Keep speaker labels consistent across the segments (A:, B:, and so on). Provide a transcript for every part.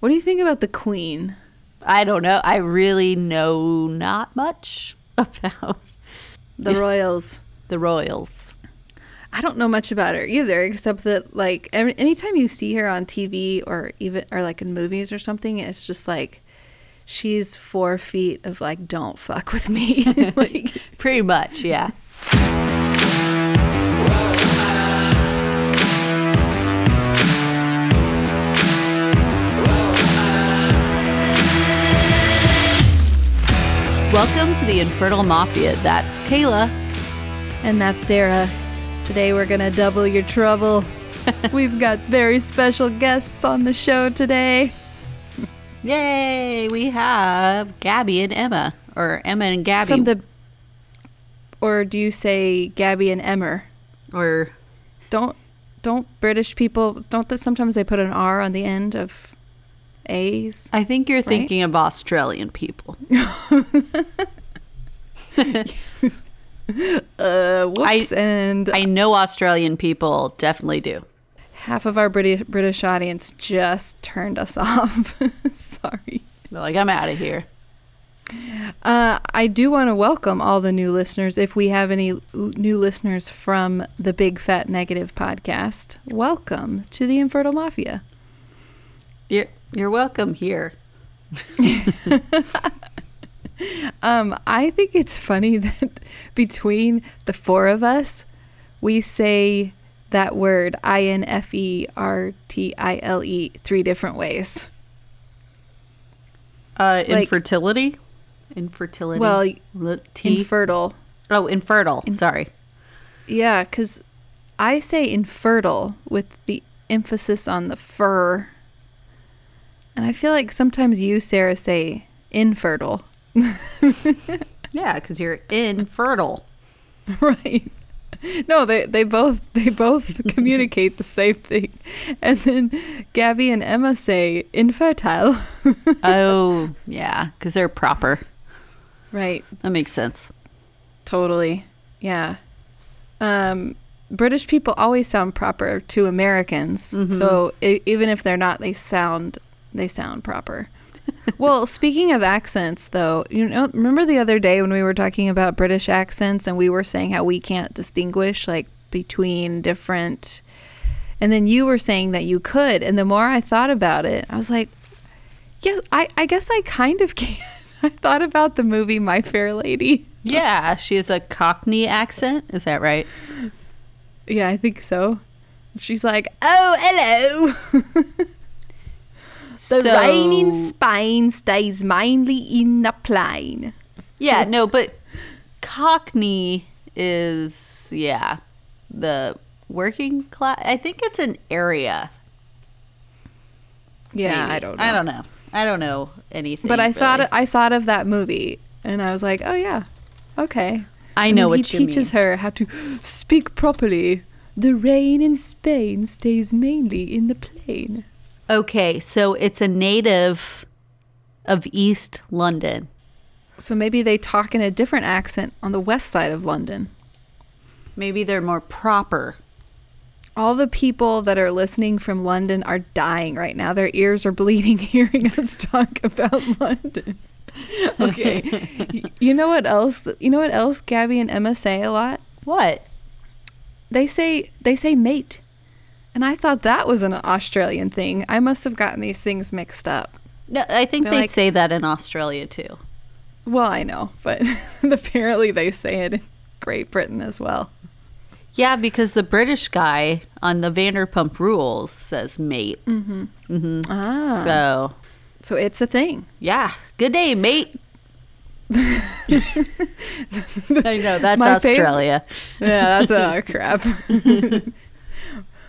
A: What do you think about the Queen?
B: I don't know. I really know not much about
A: The Royals.
B: the royals.
A: I don't know much about her either, except that like every, anytime you see her on TV or even or like in movies or something, it's just like she's four feet of like don't fuck with me. like
B: Pretty much, yeah. Welcome to the Infernal Mafia. That's Kayla.
A: And that's Sarah. Today we're going to double your trouble. We've got very special guests on the show today.
B: Yay! We have Gabby and Emma, or Emma and Gabby,
A: From the or do you say Gabby and Emmer?
B: or
A: Don't don't British people don't that sometimes they put an R on the end of A's?
B: I think you're thinking of Australian people.
A: Uh whoops and
B: I know Australian people definitely do.
A: half of our British British audience just turned us off. Sorry.
B: They're like, I'm out of here.
A: Uh, I do want to welcome all the new listeners. If we have any l- new listeners from the Big Fat Negative podcast, welcome to the Infertile Mafia.
B: You're you're welcome here.
A: Um, I think it's funny that between the four of us, we say that word I N F E R T I L E three different ways.
B: Uh,
A: Like-
B: infertility, infertility.
A: Well,
B: L- T.
A: Infertile.
B: oh, infertile. Sorry.
A: Yeah, because I say infertile with the emphasis on the fur. And I feel like sometimes you, Sarah, say infertile.
B: Yeah, because you're infertile.
A: right no they, they both they both communicate the same thing and then gabby and emma say infertile
B: oh, yeah, because they're proper.
A: right
B: That makes sense.
A: totally yeah um british people always sound proper to americans so e- even if they're not they sound they sound proper well speaking of accents though you know remember the other day when we were talking about british accents and we were saying how we can't distinguish like between different And then you were saying that you could. And the more I thought about it, I was like, yes, I, I guess I kind of can. I thought about the movie My Fair Lady.
B: Yeah, she has a Cockney accent. Is that right?
A: Yeah, I think so. She's like, oh, hello. The rain in Spain stays mainly in the plain.
B: Yeah, no, but Cockney is yeah the working class. I think it's an area.
A: Yeah,
B: maybe.
A: I don't know.
B: I don't know. I don't know anything.
A: But I thought
B: really.
A: I thought of that movie, and I was like, oh yeah, okay.
B: I
A: And
B: know
A: he
B: what you
A: teaches her how to speak properly. The rain in Spain stays mainly in the plain.
B: Okay, so it's a native of East London.
A: So maybe they talk in a different accent on the west side of London.
B: Maybe they're more proper.
A: All the people that are listening from London are dying right now. Their ears are bleeding hearing us talk about London. Okay. Y- you know what else? You know what else Gabby and Emma say a lot?
B: What?
A: They say they say mate. And I thought that was an Australian thing. I must have gotten these things mixed up.
B: No, I think
A: They're
B: they
A: like-
B: say that in Australia too.
A: Well, I know, but apparently they say it in Great Britain as well.
B: Yeah, because the British guy on the Vanderpump Rules says mate.
A: Hmm. Ah.
B: So,
A: So it's a thing.
B: yeah, good day, mate. I know that's
A: My favorite-
B: Australia.
A: Yeah, that's a crap.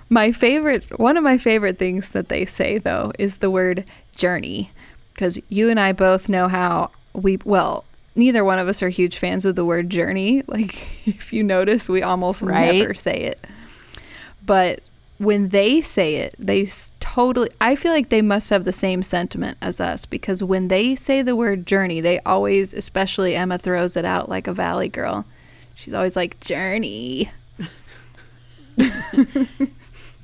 A: my favorite, one of my favorite things that they say though is the word journey, because you and I both know how we. Well, neither one of us are huge fans of the word journey. Like, if you notice, we almost
B: Right.
A: never say it. But when they say it, they s- totally. I feel like they must have the same sentiment as us because when they say the word journey, they always, especially Emma, throws it out like a valley girl. She's always like journey,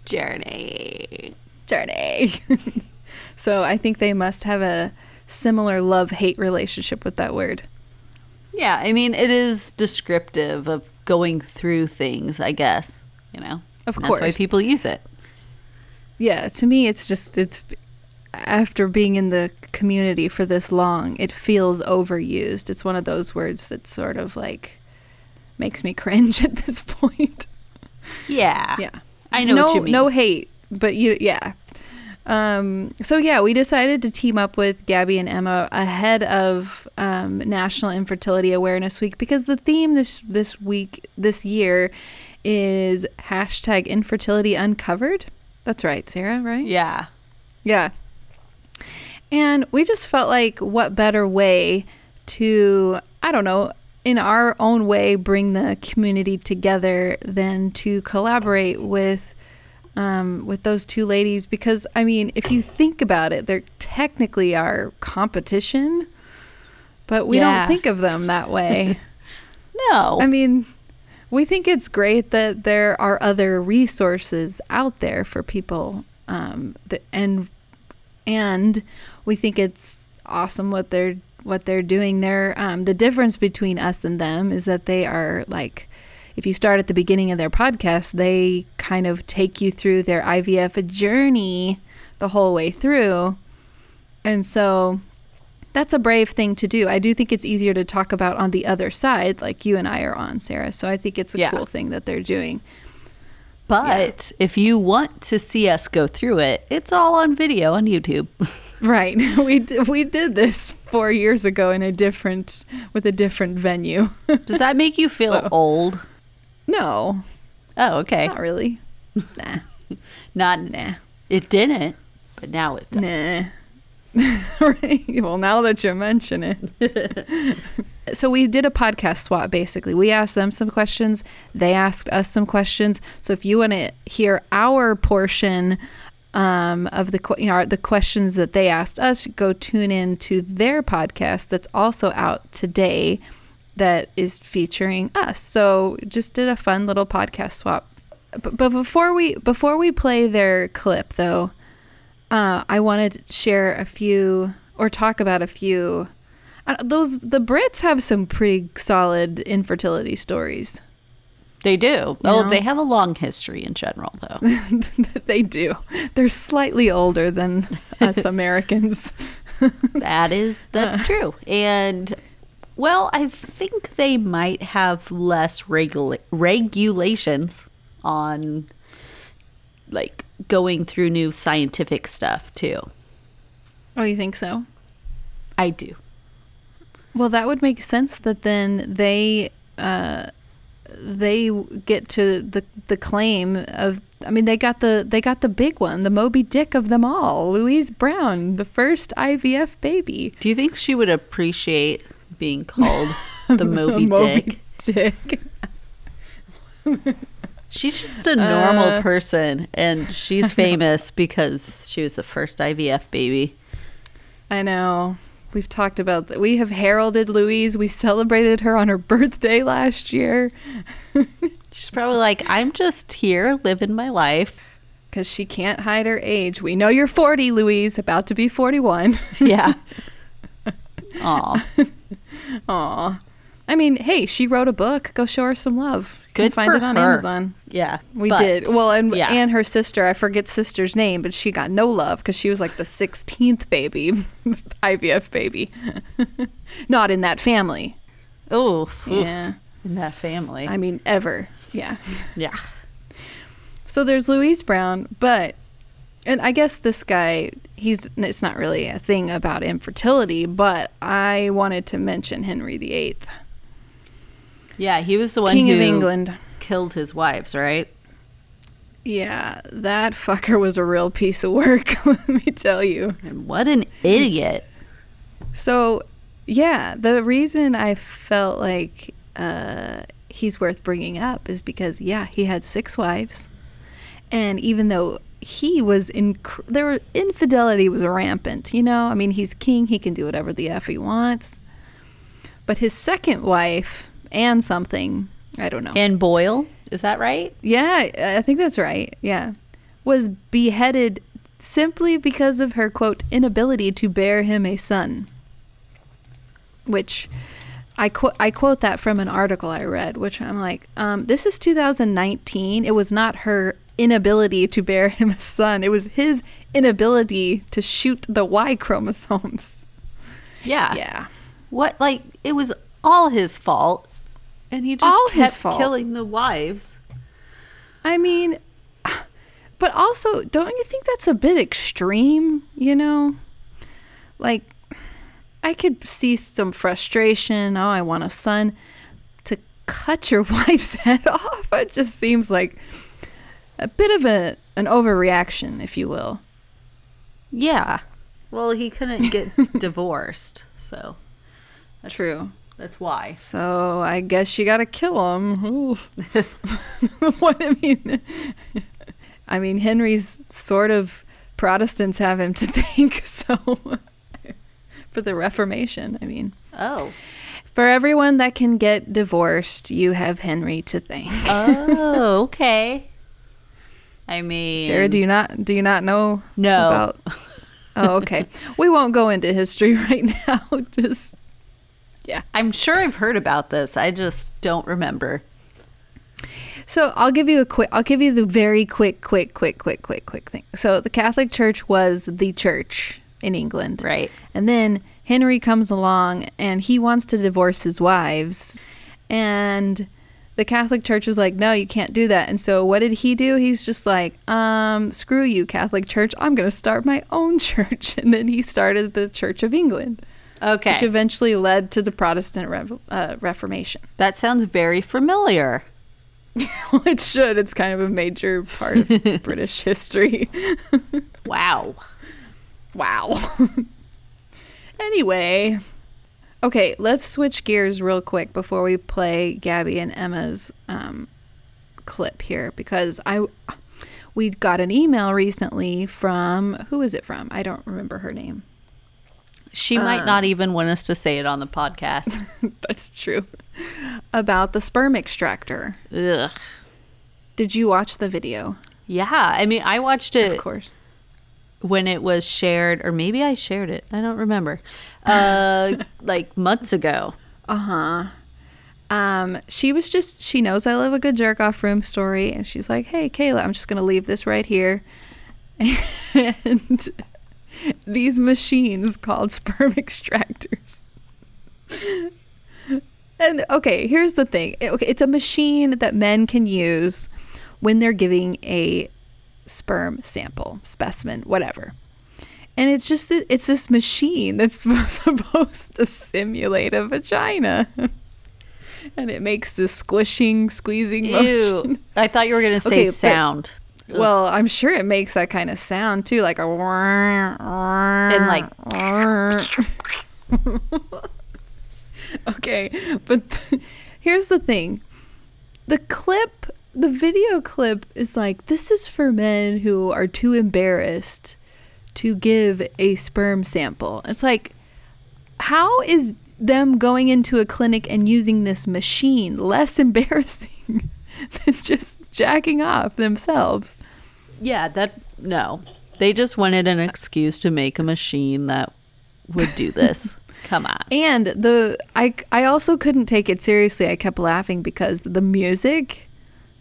B: Journey.
A: journey. So I think they must have a similar love hate relationship with that word.
B: Yeah, I mean, it is descriptive of going through things, I guess. You know,
A: Of
B: And that's why
A: course.
B: people use it.
A: Yeah, to me, it's just, it's after being in the community for this long, it feels overused. It's one of those words that sort of like makes me cringe at this point.
B: Yeah,
A: Yeah.
B: I know
A: no,
B: what you mean.
A: No hate, but you, yeah. Um, so yeah, we decided to team up with Gabby and Emma ahead of um, National Infertility Awareness Week because the theme this this week this year is hashtag infertility uncovered. That's right, Sarah. Right?
B: yeah,
A: Yeah. And we just felt like what better way to, I don't know, in our own way, bring the community together than to collaborate with. Um, with those two ladies, because I mean, if you think about it, they're technically our competition, but we
B: Yeah.
A: don't think of them that way.
B: no,
A: I mean, we think it's great that there are other resources out there for people, um, that, and and we think it's awesome what they're what they're doing there. Um, the difference between us and them is that they are like. If you start at the beginning of their podcast, they kind of take you through their IVF journey the whole way through. And so that's a brave thing to do. I do think it's easier to talk about on the other side, like you and I are on, Sarah. So I think it's a
B: Yeah.
A: cool thing that they're doing.
B: but if you want to see us go through it, it's all on video on YouTube.
A: Right. We d- we did this 4 years ago in a different with a different venue.
B: Does that make you feel
A: So-
B: old?
A: No,
B: Oh, okay,
A: not really. Nah.
B: not
A: Nah.
B: it didn't, but now it does.
A: Nah. right. Well, now that you mention it. so we did a podcast swap basically. We asked them some questions, they asked us some questions. So if you want to hear our portion um, of the que- you know, the questions that they asked us, go tune in to their podcast that's also out today that is featuring us. So just did a fun little podcast swap. But, but before we before we play their clip though, uh, I wanted to share a few or talk about a few. Uh, those the Brits have some pretty solid infertility stories.
B: They do. oh,
A: know?
B: they have a long history in general, though.
A: they do. They're slightly older than us Americans.
B: That is that's true. And well, I think they might have less regula- regulations on like going through new scientific stuff too.
A: Oh, you think so?
B: I do.
A: Well, that would make sense that then they uh, they get to the the claim of. I mean, they got the they got the big one, the Moby Dick of them all, Louise Brown, the first IVF baby.
B: Do you think she would appreciate being called the Moby, Dick?
A: Dick.
B: She's just a normal
A: Uh,
B: person and she's famous because she was the first IVF baby.
A: I know. We've talked about that. We have heralded Louise. We celebrated her on her birthday last year
B: She's probably like, I'm just here living my life.
A: because she can't hide her age. We know you're 40, Louise, about to be 41.
B: Yeah. Aw.
A: Aw. I mean, hey, she wrote a book. Go show her some love. You can
B: Good
A: find
B: for
A: it on
B: her.
A: Amazon.
B: Yeah,
A: We
B: but-
A: did. Well, and
B: yeah,
A: and her sister, I forget sister's name, but she got no love because she was like the 16th baby, IVF baby. Not in that family.
B: oh,
A: Yeah.
B: in that family,
A: I mean, ever. Yeah.
B: yeah,
A: So there's Louise Brown, but and I guess this guy he's it's not really a thing about infertility, but I wanted to mention Henry VIII,
B: yeah. He was the one
A: King
B: who
A: of England.
B: killed his wives, right?
A: Yeah, that fucker was a real piece of work, let me tell you.
B: And what an idiot!
A: So, yeah, the reason I felt like uh, he's worth bringing up is because, yeah, he had six wives. And even though he was in, there were, infidelity was rampant, you know? I mean, he's king, he can do whatever the F he wants. But his second wife, and something, I don't know.
B: And Boyle, is that right?
A: Yeah, I I think that's right. Yeah. Was beheaded simply because of her quote inability to bear him a son which I, qu- I quote that from an article I read, which I'm like, um, this is 2019. It was not her inability to bear him a son, it was his inability to shoot the Y chromosomes.
B: Yeah.
A: Yeah.
B: What like it was all his fault, and he just
A: All
B: kept
A: his fault.
B: killing the wives.
A: I mean, but also, don't you think that's a bit extreme? You know, like I could see some frustration. Oh, I want a son to cut your wife's head off. It just seems like a bit of a an overreaction, if you will.
B: Yeah. Well, he couldn't get divorced, so
A: True.
B: that's why.
A: So I guess you gotta kill him. Ooh. what I mean, I mean Henry's sort of Protestants have him to thank. So for the Reformation, I mean,
B: Oh.
A: for everyone that can get divorced, you have Henry to thank.
B: Oh, okay. I mean,
A: Sarah, do you not do you not know?
B: No.
A: About? Oh, okay. we won't go into history right now. Just
B: I'm sure I've heard about this. I just don't remember.
A: So I'll give you a quick. I'll give you the very quick, quick, quick, quick, quick, quick thing. So the Catholic Church was the church in England,
B: Right.
A: And then Henry comes along and he wants to divorce his wives, and the Catholic Church was like, "No, you can't do that." And so what did he do? He's just like, "Um, screw you, Catholic Church. I'm going to start my own church." And then he started the Church of England,
B: Okay.
A: which eventually led to the Protestant Rev- uh, Reformation.
B: that sounds very familiar.
A: it should. It's kind of a major part of British history.
B: Wow.
A: Wow. anyway, okay, let's switch gears real quick before we play Gabby and Emma's um, clip here because I we got an email recently from who is it from? I don't remember her name.
B: She might not even want us to say it on the podcast.
A: That's true. About the sperm extractor.
B: Ugh.
A: Did you watch the video?
B: Yeah. I mean, I watched it
A: Of course.
B: when it was shared, or maybe I shared it. I don't remember. Uh, like months ago.
A: Uh-huh. Um, she was just she knows I love a good jerk off room story, and she's like, "Hey, Kayla, I'm just gonna leave this right here." And these machines called sperm extractors. And okay, here's the thing. It- Okay, it's a machine that men can use when they're giving a sperm sample, specimen, whatever. And it's just th- it's this machine that's supposed to simulate a vagina. And it makes this squishing, squeezing motion.
B: Ew. I thought you were going to say
A: Okay, but-
B: sound.
A: Well, I'm sure it makes that kind of sound too, like a and
B: like-
A: okay, but here's the thing: the clip, the video clip, is like this is for men who are too embarrassed to give a sperm sample. It's like, how is them going into a clinic and using this machine less embarrassing than just jacking off themselves?
B: Yeah, that no. They just wanted an excuse to make a machine that would do this. Come on.
A: And the I I also couldn't take it seriously. I kept laughing because the music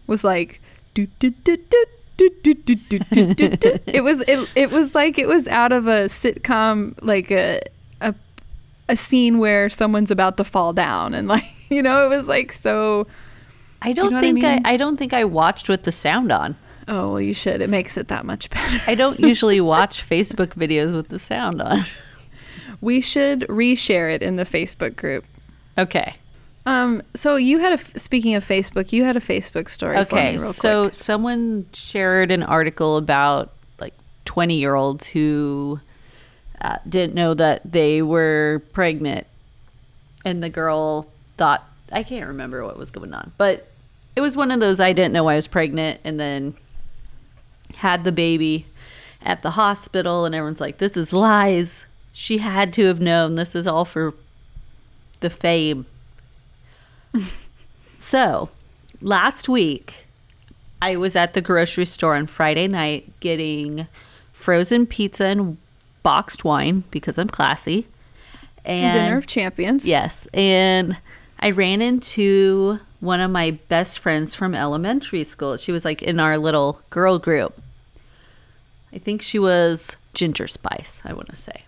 A: was like do do do do. do, do, do, do, do, do, do. It was it, it was like it was out of a sitcom like a, a a scene where someone's about to fall down and like you know it was like so
B: I don't
A: know what I
B: think I,
A: mean?
B: I don't think I watched with the sound on.
A: oh well you should it makes it that much better
B: I don't usually watch Facebook videos with the sound on.
A: we should reshare it in the Facebook group
B: Okay.
A: um so you had a f- speaking of Facebook you had a Facebook story for me
B: Okay.
A: real
B: So
A: quick.
B: someone shared an article about like 20 year olds who uh, didn't know that they were pregnant. And the girl thought, I can't remember what was going on, but it was one of those I didn't know I was pregnant. And then had the baby at the hospital. And everyone's like, this is lies. She had to have known this is all for the fame. So, last week, I was at the grocery store on Friday night getting frozen pizza and boxed wine because I'm classy. And
A: Dinner of Champions.
B: Yes. And I ran into one of my best friends from elementary school. She was like in our little girl group. I think she was Ginger Spice, I want to say.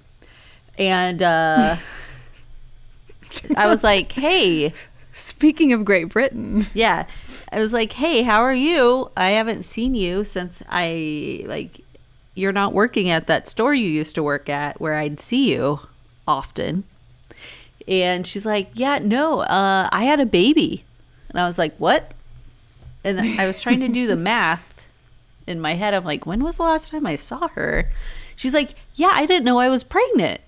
B: And uh, I was like, hey,
A: Speaking of Great Britain,
B: yeah. I was like, hey, how are you? I haven't seen you since I, like, you're not working at that store you used to work at where I'd see you often. And she's like, yeah, no, uh, I had a baby. And I was like, what? And I was trying to do the math in my head. I'm like, when was the last time I saw her? She's like, yeah, I didn't know I was pregnant.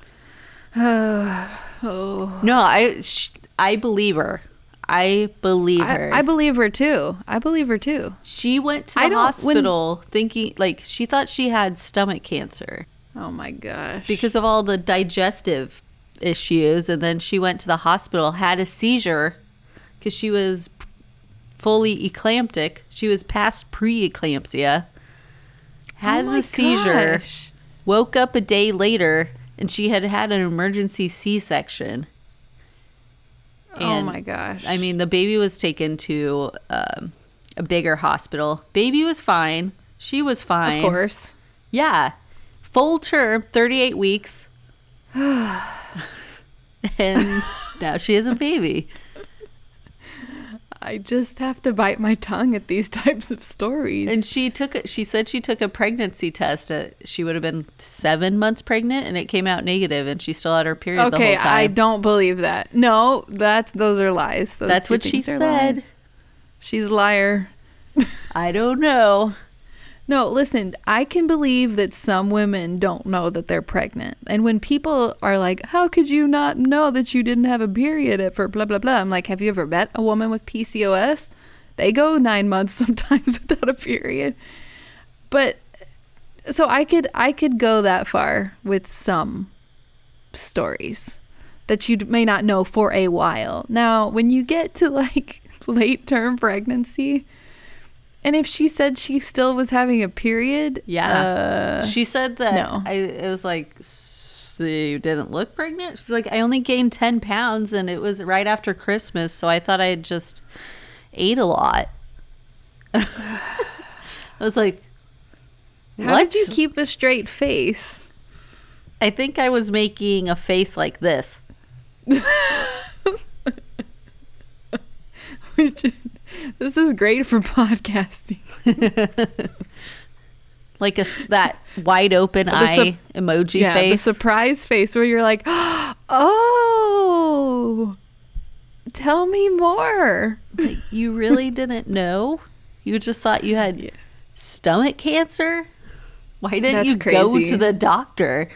A: oh,
B: No, I, sh- I believe her. I believe
A: I,
B: her.
A: I believe her too. I believe her too.
B: She went to
A: I
B: the
A: don't- when-
B: hospital thinking like she thought she had stomach cancer
A: Oh my gosh.
B: because of all the digestive issues and then she went to the hospital had a seizure cuz she was fully eclamptic. She was past pre-eclampsia. Had
A: Oh my
B: the seizure.
A: gosh.
B: Woke up a day later and she had had an emergency C-section.
A: oh
B: And
A: my gosh.
B: I mean, the baby was taken to um, a bigger hospital. Baby was fine. She was
A: of
B: fine.
A: course.
B: Yeah. Full term, 38 weeks. and now she has a baby.
A: I just have to bite my tongue at these types of stories.
B: And she took a, she said she took a pregnancy test. At, she would have been 7 months pregnant and it came out negative and she still had her period the
A: okay,
B: whole time.
A: I don't believe that. No, that's those are lies. Those
B: That's
A: two
B: what she
A: things are
B: said.
A: lies. She's a liar.
B: I don't know.
A: No, listen, I can believe that some women don't know that they're pregnant. And when people are like, how could you not know that you didn't have a period at for blah, blah, blah? I'm like, have you ever met a woman with PCOS? They go nine months sometimes without a period. But so I could I could go that far with some stories that you may not know for a while. Now, when you get to like late term pregnancy, and if she said she still was having a period,
B: Yeah.
A: uh,
B: she said that
A: no.
B: I it was like so you didn't look pregnant. She's like I only gained 10 pounds and it was right after Christmas, so I thought I had just ate a lot. I was like
A: uh, how
B: what?
A: did you keep a straight face?
B: I think I was making a face like this.
A: Which this is great for podcasting.
B: Like a s that wide open eye emoji
A: yeah,
B: face.
A: the surprise face where you're like, oh, tell me more.
B: Like, you really didn't know? You just thought you had stomach cancer? Why didn't
A: That's
B: you go
A: crazy.
B: to the doctor?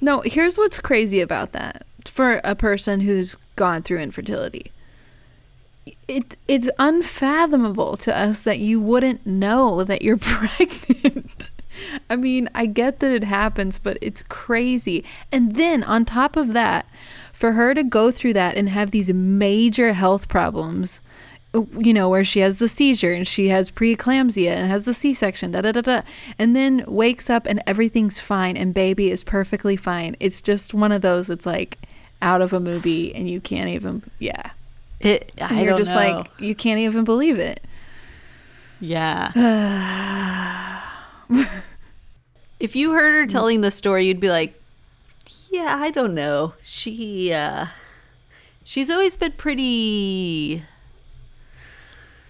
A: No, here's what's crazy about that for a person who's gone through infertility. It it's unfathomable to us that you wouldn't know that you're pregnant. I mean, I get that it happens, but it's crazy. And then on top of that, for her to go through that and have these major health problems, you know, where she has the seizure and she has preeclampsia and has the C section, da da da da, and then wakes up and everything's fine and baby is perfectly fine. It's just one of those that's like out of a movie and you can't even, yeah.
B: It,
A: And
B: I
A: you're
B: don't
A: just
B: know.
A: like, you can't even believe it.
B: yeah. if you heard her telling the story, you'd be like, yeah, I don't know. She, uh, she's always been pretty.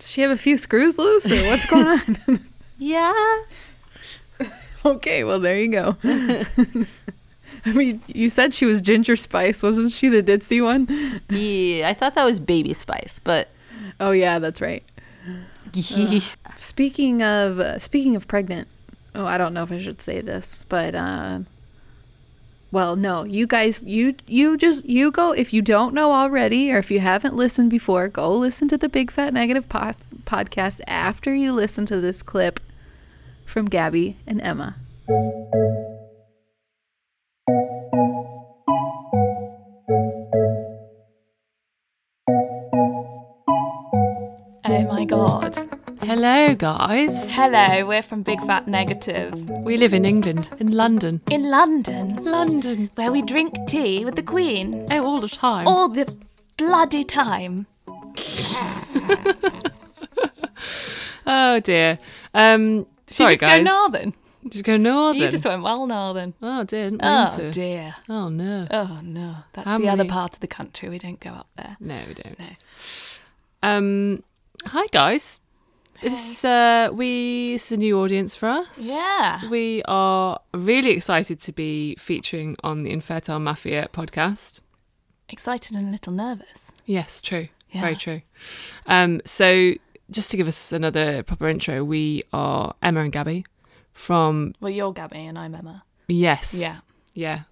A: Does she have a few screws loose or what's going on?
B: Yeah,
A: okay, well, there you go. I mean, you said she was Ginger Spice. Wasn't she the ditzy one?
B: yeah. I thought that was Baby Spice, but uh.
A: Oh, yeah, that's right. Speaking of uh, speaking of pregnant, oh, I don't know if I should say this, but um, well, no, you guys, you you just you go if you don't know already, or if you haven't listened before, go listen to the Big Fat Negative pod- podcast after you listen to this clip from Gabby and Emma.
C: Oh my god. Hello, guys.
D: Hello, we're from Big Fat Negative.
C: We live in England, in London.
D: In London,
C: London.
D: where we drink tea with the Queen
C: Oh, all the time.
D: all the bloody time.
C: Oh dear. Um, sorry,
D: you just
C: guys.
D: go northern.
C: Did you go northern?
D: You just went well northern.
C: oh, didn't mean
D: Oh
C: to.
D: dear.
C: Oh no.
D: Oh no, that's
C: How
D: the other
C: many-
D: part of the country. We don't go up there.
C: No, we don't. Um, hi guys. It's uh, we. It's a new audience for us.
D: Yeah.
C: We are really excited to be featuring on the Infertile Mafia podcast.
D: Excited and a little nervous.
C: Yes, true.
D: Yeah.
C: Very true. Um, so just to give us another proper intro, we are Emma and Gabby from
D: Well, you're Gabby and I'm Emma.
C: Yes.
D: Yeah.
C: Yeah.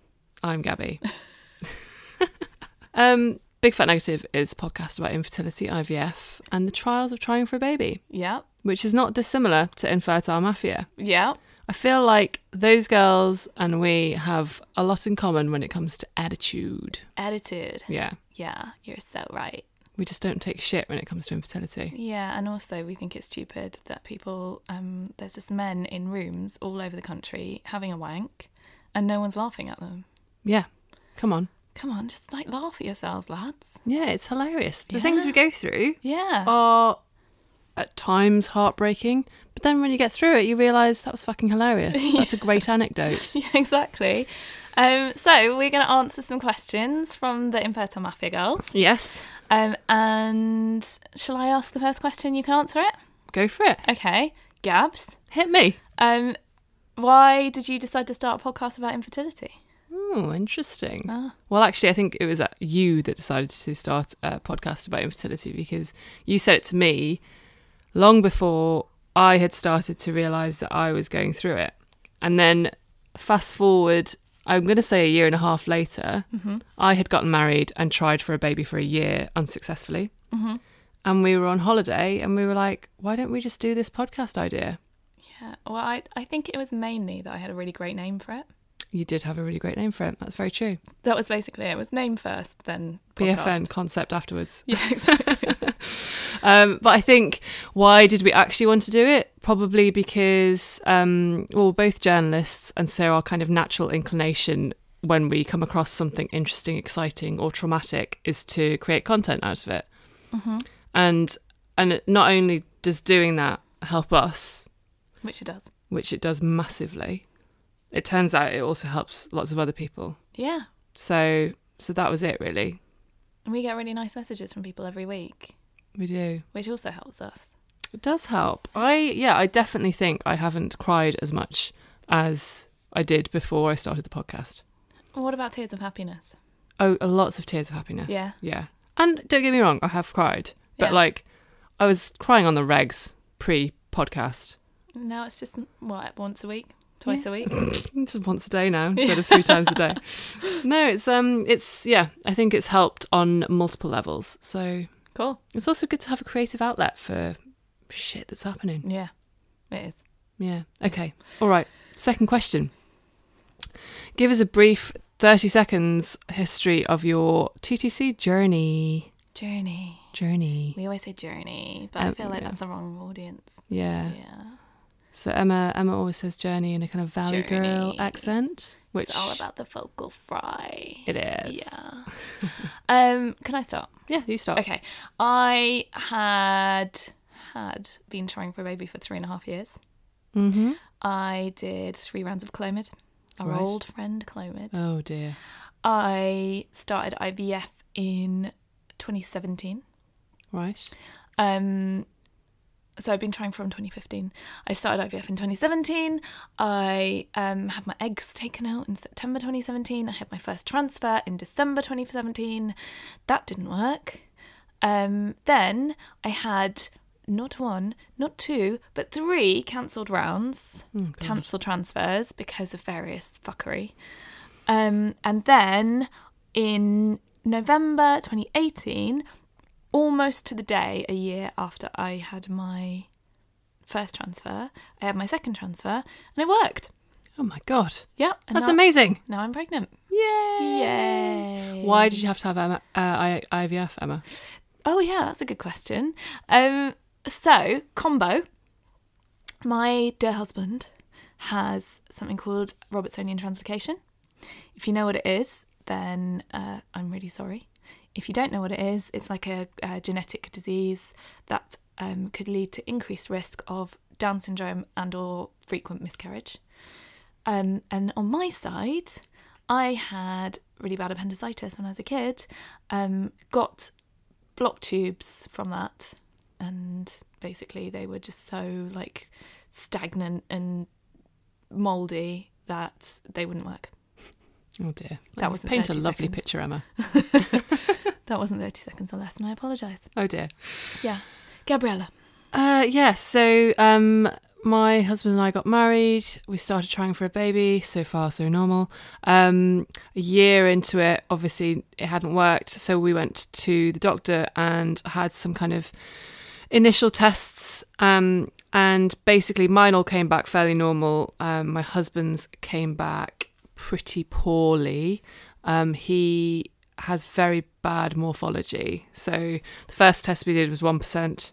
C: I'm Gabby. um, Big Fat Negative is a podcast about infertility, IVF, and the trials of trying for a baby,
D: Yep.
C: which is not dissimilar to Infertile Mafia.
D: Yep.
C: I feel like those girls and we have a lot in common when it comes to attitude.
D: Edited.
C: Yeah.
D: Yeah, you're so right.
C: We just don't take shit when it comes to infertility.
D: Yeah, and also we think it's stupid that people, um, there's just men in rooms all over the country having a wank and no one's laughing at them.
C: Yeah. Come on.
D: Come on, just like laugh at yourselves, lads.
C: Yeah, it's hilarious. The things we go through
D: Yeah.
C: are at times heartbreaking, but then when you get through it, you realise that was fucking hilarious. That's a great anecdote.
D: Yeah, exactly. Um, so we're going to answer some questions from the Infertile Mafia girls.
C: Yes,
D: Um, and shall I ask the first question? You can answer it.
C: go for it.
D: Okay. Gabs,
C: Hit me.
D: um, why did you decide to start a podcast about infertility?
C: Oh, interesting.
D: Ah.
C: Well, actually, I think it was uh, you that decided to start a podcast about infertility because you said it to me long before I had started to realise that I was going through it. And then fast forward, I'm going to say a year and a half later, I had gotten married and tried for a baby for a year unsuccessfully. And we were on holiday and we were like, why don't we just do this podcast idea?
D: Yeah, well, I, I think it was mainly that I had a really great name for it.
C: You did have a really great name for it. That's very true.
D: That was basically it. It was name first, then podcast.
C: BFN concept afterwards.
D: Yeah, exactly.
C: Um, but I think why did we actually want to do it? Probably because um, well, we're both journalists, and so our kind of natural inclination when we come across something interesting, exciting, or traumatic is to create content out of it.
D: Mm-hmm.
C: And and not only does doing that help us,
D: Which it does.
C: which it does massively, it turns out it also helps lots of other people.
D: Yeah.
C: So so that was it really.
D: And we get really nice messages from people every week,
C: We do.
D: which also helps us.
C: It does help. I yeah, I definitely think I haven't cried as much as I did before I started the podcast.
D: And What about tears of happiness?
C: Oh, lots of tears of happiness.
D: Yeah.
C: Yeah. And don't get me wrong, I have cried. But
D: Yeah.
C: like I was crying on the regs pre podcast.
D: Now it's just, what, once a week? Twice a week?
C: Just once a day now instead of three times a day. No, it's um it's yeah, I think it's helped on multiple levels. So
D: Cool.
C: it's also good to have a creative outlet for shit that's happening.
D: Yeah, it is.
C: Yeah. Okay. All right. Second question. Give us a brief 30 seconds history of your TTC journey.
D: Journey.
C: Journey.
D: We always say journey, but I
C: Um,
D: feel like
C: yeah.
D: that's the wrong audience.
C: Yeah.
D: Yeah.
C: So Emma Emma always says journey in a kind of valley girl
D: Journey.
C: accent, which
D: It's all about the vocal fry.
C: it is.
D: Yeah. um, can I start?
C: Yeah, you start.
D: Okay. I had had been trying for a baby for three and a half years.
C: Mhm.
D: I did three rounds of Clomid, our
C: Right.
D: old friend Clomid.
C: Oh dear.
D: I started IVF in 2017.
C: Right.
D: Um, so I've been trying from 2015. I started IVF in 2017. I um, had my eggs taken out in September 2017. I had my first transfer in December 2017. That didn't work. Um, then I had not one, not two, but three cancelled rounds, cancelled transfers because of various fuckery. Um, and then in November 2018, almost to the day, a year after I had my first transfer, I had my second transfer, and it worked.
C: Oh my god.
D: Yeah, and
C: That's
D: now,
C: amazing.
D: Now I'm pregnant.
C: Yay.
D: Yay!
C: Why did you have to have Emma, uh, I- IVF, Emma?
D: Oh yeah, that's a good question. Um, So, combo. My dear husband has something called Robertsonian translocation. If you know what it is, then uh, I'm really sorry. If you don't know what it is, it's like a, a genetic disease that um, could lead to increased risk of Down syndrome and/or frequent miscarriage. Um, and on my side, I had really bad appendicitis when I was a kid. Um, got blocked tubes from that, and basically they were just so like stagnant and moldy that they wouldn't work.
C: Oh dear.
D: That
C: Oh,
D: was
C: paint a
D: 30
C: lovely
D: seconds.
C: picture, Emma.
D: That wasn't 30 seconds or less, and I apologise.
C: Oh dear.
D: Yeah. Gabriella.
C: Uh, yeah, so um, my husband and I got married. We started trying for a baby. So far, so normal. Um, a year into it, obviously, it hadn't worked. So we went to the doctor and had some kind of initial tests. Um, and basically, mine all came back fairly normal. Um, my husband's came back pretty poorly. Um, he has very bad morphology. So the first test we did was 1%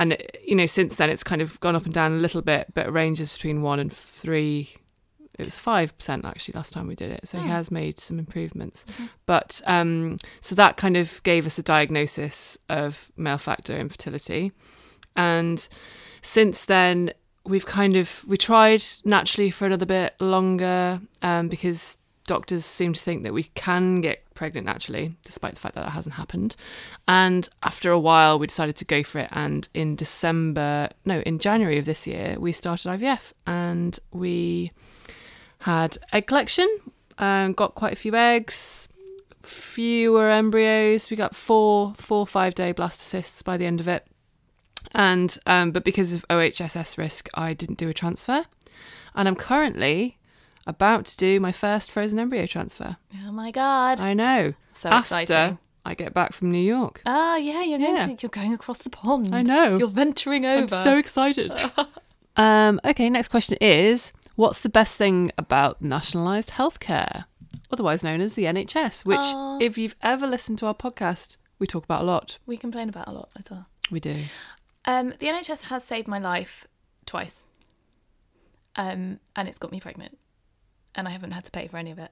C: and you know since then it's kind of gone up and down a little bit but it ranges between one and three it was five percent actually last time we did it so he has made some improvements but um so that kind of gave us a diagnosis of male factor infertility and since then we've kind of we tried naturally for another bit longer um, because doctors seem to think that we can get pregnant naturally despite the fact that it hasn't happened and after a while we decided to go for it and in december no in january of this year we started ivf and we had egg collection and got quite a few eggs fewer embryos we got four four five day blastocysts by the end of it and um, but because of OHSS risk, I didn't do a transfer, and I'm currently about to do my first frozen embryo transfer.
D: Oh my God.
C: I know.
D: So
C: After
D: exciting.
C: I get back from New York,
D: Ah, yeah, you're going
C: Yeah.
D: To, you're going across the pond.
C: I know.
D: You're venturing over.
C: I'm so excited. um, okay, next question is: What's the best thing about nationalised healthcare, otherwise known as the NHS? Which,
D: Aw.
C: if you've ever listened to our podcast, we talk about a lot.
D: we complain about a lot as well.
C: We do.
D: Um, the NHS has saved my life twice, um, and it's got me pregnant, and I haven't had to pay for any of it.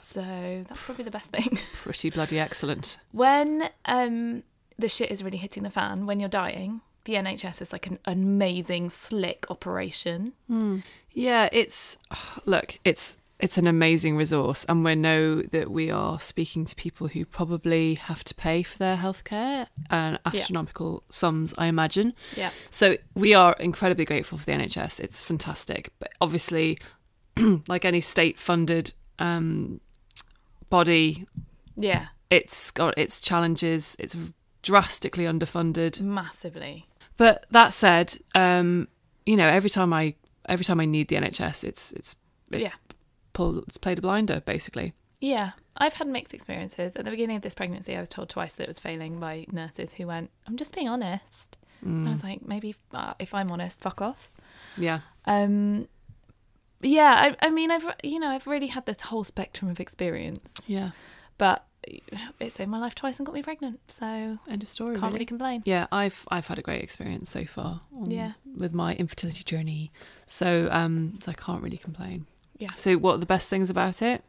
D: so that's probably the best thing.
C: Pretty bloody excellent.
D: when um, the shit is really hitting the fan, when you're dying, the NHS is like an amazing, slick operation.
C: Yeah, it's look, it's it's an amazing resource, and we know that we are speaking to people who probably have to pay for their healthcare and astronomical sums, I imagine.
D: Yeah.
C: So we are incredibly grateful for the NHS. It's fantastic, but obviously, like any state-funded um, body,
D: Yeah.
C: it's got its challenges. It's drastically underfunded.
D: Massively.
C: But that said, um, you know, every time I every time I need the NHS, it's it's it's
D: Yeah.
C: pull it's played a blinder basically.
D: Yeah, I've had mixed experiences. At the beginning of this pregnancy, I was told twice that it was failing by nurses who went, I'm just being honest. And I was like, maybe uh, if I'm honest, fuck off.
C: Yeah,
D: Um, yeah, I, I mean, I've, you know, I've really had this whole spectrum of experience,
C: yeah.
D: but it saved my life twice and got me pregnant. So can't
C: End of story.
D: Oh, really complain.
C: yeah, I've I've had a great experience so far. On,
D: Yeah.
C: with my infertility journey, so um, so I can't really complain.
D: Yeah.
C: So what are the best things about it?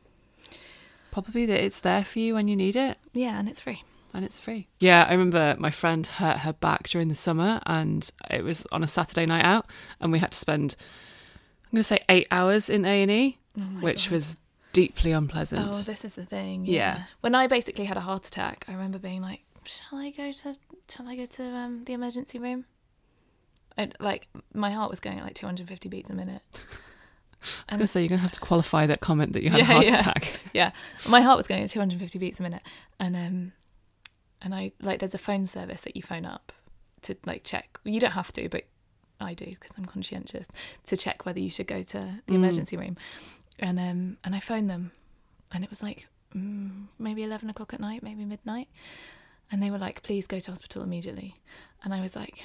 C: Probably that it's there for you when you need it.
D: Yeah, and it's free.
C: and it's free. Yeah, I remember my friend hurt her back during the summer, and it was on a Saturday night out, and we had to spend, I'm going to say, eight hours in A and E, which was deeply unpleasant.
D: Oh, this is the thing. Yeah.
C: Yeah.
D: When I basically had a heart attack, I remember being like, "Shall I go to? Shall I go to um, the emergency room?" And like my heart was going at like 250 beats a minute.
C: I was going to say you're going to have to qualify that comment that you had
D: Yeah,
C: a heart
D: yeah.
C: attack.
D: Yeah, my heart was going at 250 beats a minute, and um, and I like there's a phone service that you phone up to like check. You don't have to, but I do because I'm conscientious to check whether you should go to the emergency room, and um, and I phoned them, and it was like mm, maybe 11 o'clock at night, maybe midnight, and they were like, please go to hospital immediately, and I was like.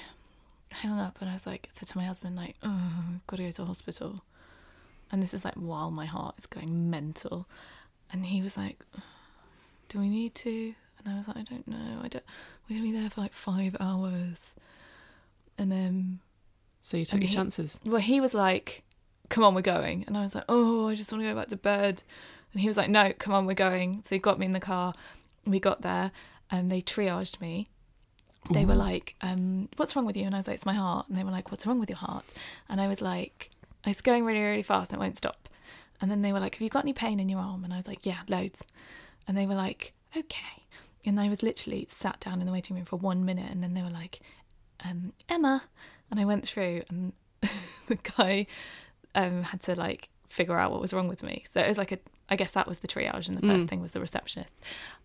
D: I hung up and I was like, said to my husband, like, oh, gotta go to hospital. And this is like while my heart is going mental. And he was like, Do we need to? And I was like, I don't know. I don't we're gonna be there for like five hours. And um,
C: So you took
D: And
C: your
D: he-
C: chances.
D: well, he was like, "Come on, we're going," and I was like, "Oh, I just want to go back to bed," and he was like, "No, come on, we're going." So he got me in the car. We got there, and they triaged me. They were like, um, "What's wrong with you?" And I was like, "It's my heart." And they were like, "What's wrong with your heart?" And I was like, "It's going really, really fast. And it won't stop." And then they were like, "Have you got any pain in your arm?" And I was like, "Yeah, loads." And they were like, "Okay." And I was literally sat down in the waiting room for one minute, and then they were like, um, Emma. And I went through, and the guy um, had to like figure out what was wrong with me. So it was like a, I guess that was the triage, and the first thing was the receptionist.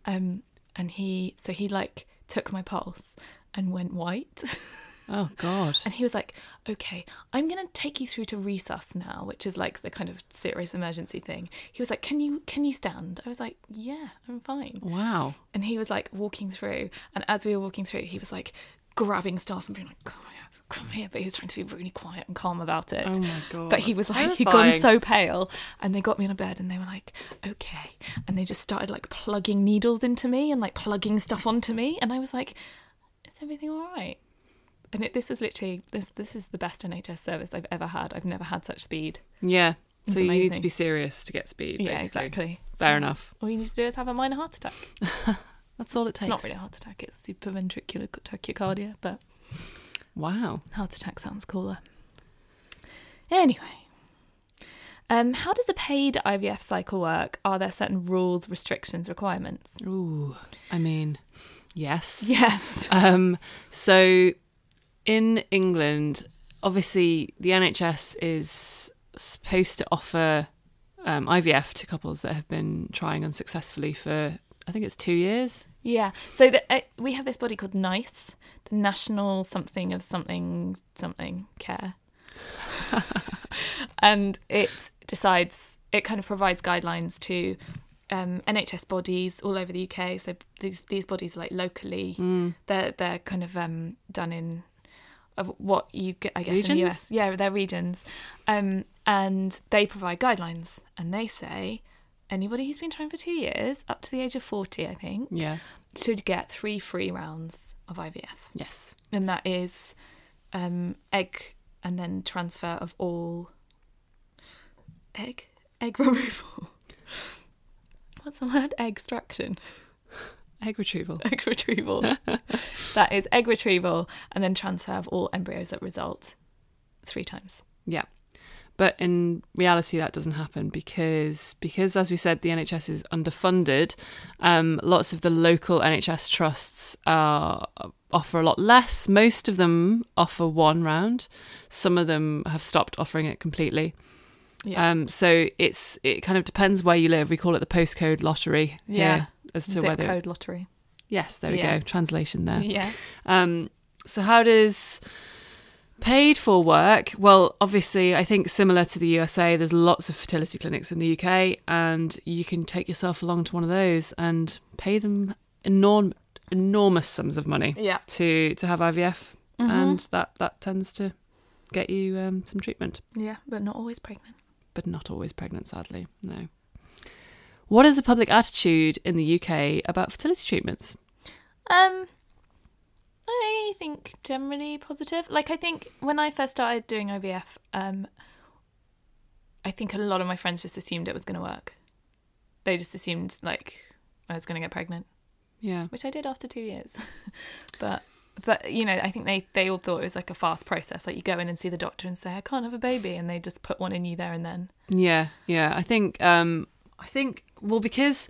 D: Um, and he, so he like took my pulse and went white.
C: Oh God.
D: And he was like, okay, I'm going to take you through to resus now, which is like the kind of serious emergency thing. He was like, can you, can you stand? I was like, yeah, I'm fine
C: Wow.
D: and he was like walking through and as we were walking through he was like grabbing stuff and being like come here come here but he was trying to be really quiet and calm about it
C: Oh my God.
D: but he was like he'd gone
C: terrifying.
D: so pale and they got me on a bed and they were like okay and they just started like plugging needles into me and like plugging stuff onto me and i was like is everything all right and it, this is literally this this is the best nhs service i've ever had i've never had such speed
C: Yeah. So you need to
D: amazing.
C: be serious to get speed.
D: yeah
C: basically.
D: exactly
C: Fair enough.
D: all you need to do is have a minor heart attack
C: That's all it
D: It's
C: takes.
D: not really a heart attack, it's supraventricular tachycardia, but
C: Wow.
D: heart attack sounds cooler. Anyway. Um, how does a paid IVF cycle work? Are there certain rules, restrictions, requirements?
C: Ooh. I mean, yes.
D: Yes.
C: Um, so in England, obviously the NHS is supposed to offer um, IVF to couples that have been trying unsuccessfully for I think it's two years.
D: Yeah. So the, uh, we have this body called NICE, the National Something of Something Something Care. and it decides, it kind of provides guidelines to um, NHS bodies all over the UK. So these, these bodies, like locally, they're, they're kind of um, done in of what you get, I guess, in the
C: Regions?
D: US. Yeah, they're regions. Um, and they provide guidelines and they say anybody who's been trying for two years, up to the age of 40, I think
C: Yeah.
D: should get three free rounds of IVF,
C: Yes.
D: and that is um, egg and then transfer of all egg egg removal. What's the word? Extraction,
C: Egg retrieval.
D: egg retrieval. that is egg retrieval and then transfer of all embryos that result three times.
C: Yeah. But in reality, that doesn't happen because, because as we said, the NHS is underfunded. Um, lots of the local NHS trusts uh, offer a lot less. Most of them offer one round. Some of them have stopped offering it completely.
D: Yeah.
C: Um, so it's it kind of depends where you live. We call it the postcode lottery.
D: Yeah.
C: here as to
D: Zip
C: whether
D: code lottery.
C: yes, there we
D: Yeah.
C: go. Translation there.
D: Yeah.
C: Um, so how does paid for work? Well, obviously, I think similar to the USA, there's lots of fertility clinics in the UK, and you can take yourself along to one of those and pay them enorm- enormous sums of money
D: Yeah.
C: to to have IVF,
D: Mm-hmm.
C: and that that tends to get you um, some treatment,
D: Yeah, but not always pregnant.
C: but not always pregnant, sadly. No. What is the public attitude in the UK about fertility treatments?
D: Um, I think generally positive. Like I think when I first started doing IVF, um, I think a lot of my friends just assumed it was going to work. They just assumed like I was going to get pregnant,
C: Yeah.
D: which I did after two years. but but you know I think they they all thought it was like a fast process. Like you go in and see the doctor and say I can't have a baby, and they just put one in you there and then.
C: Yeah, yeah. I think um I think well because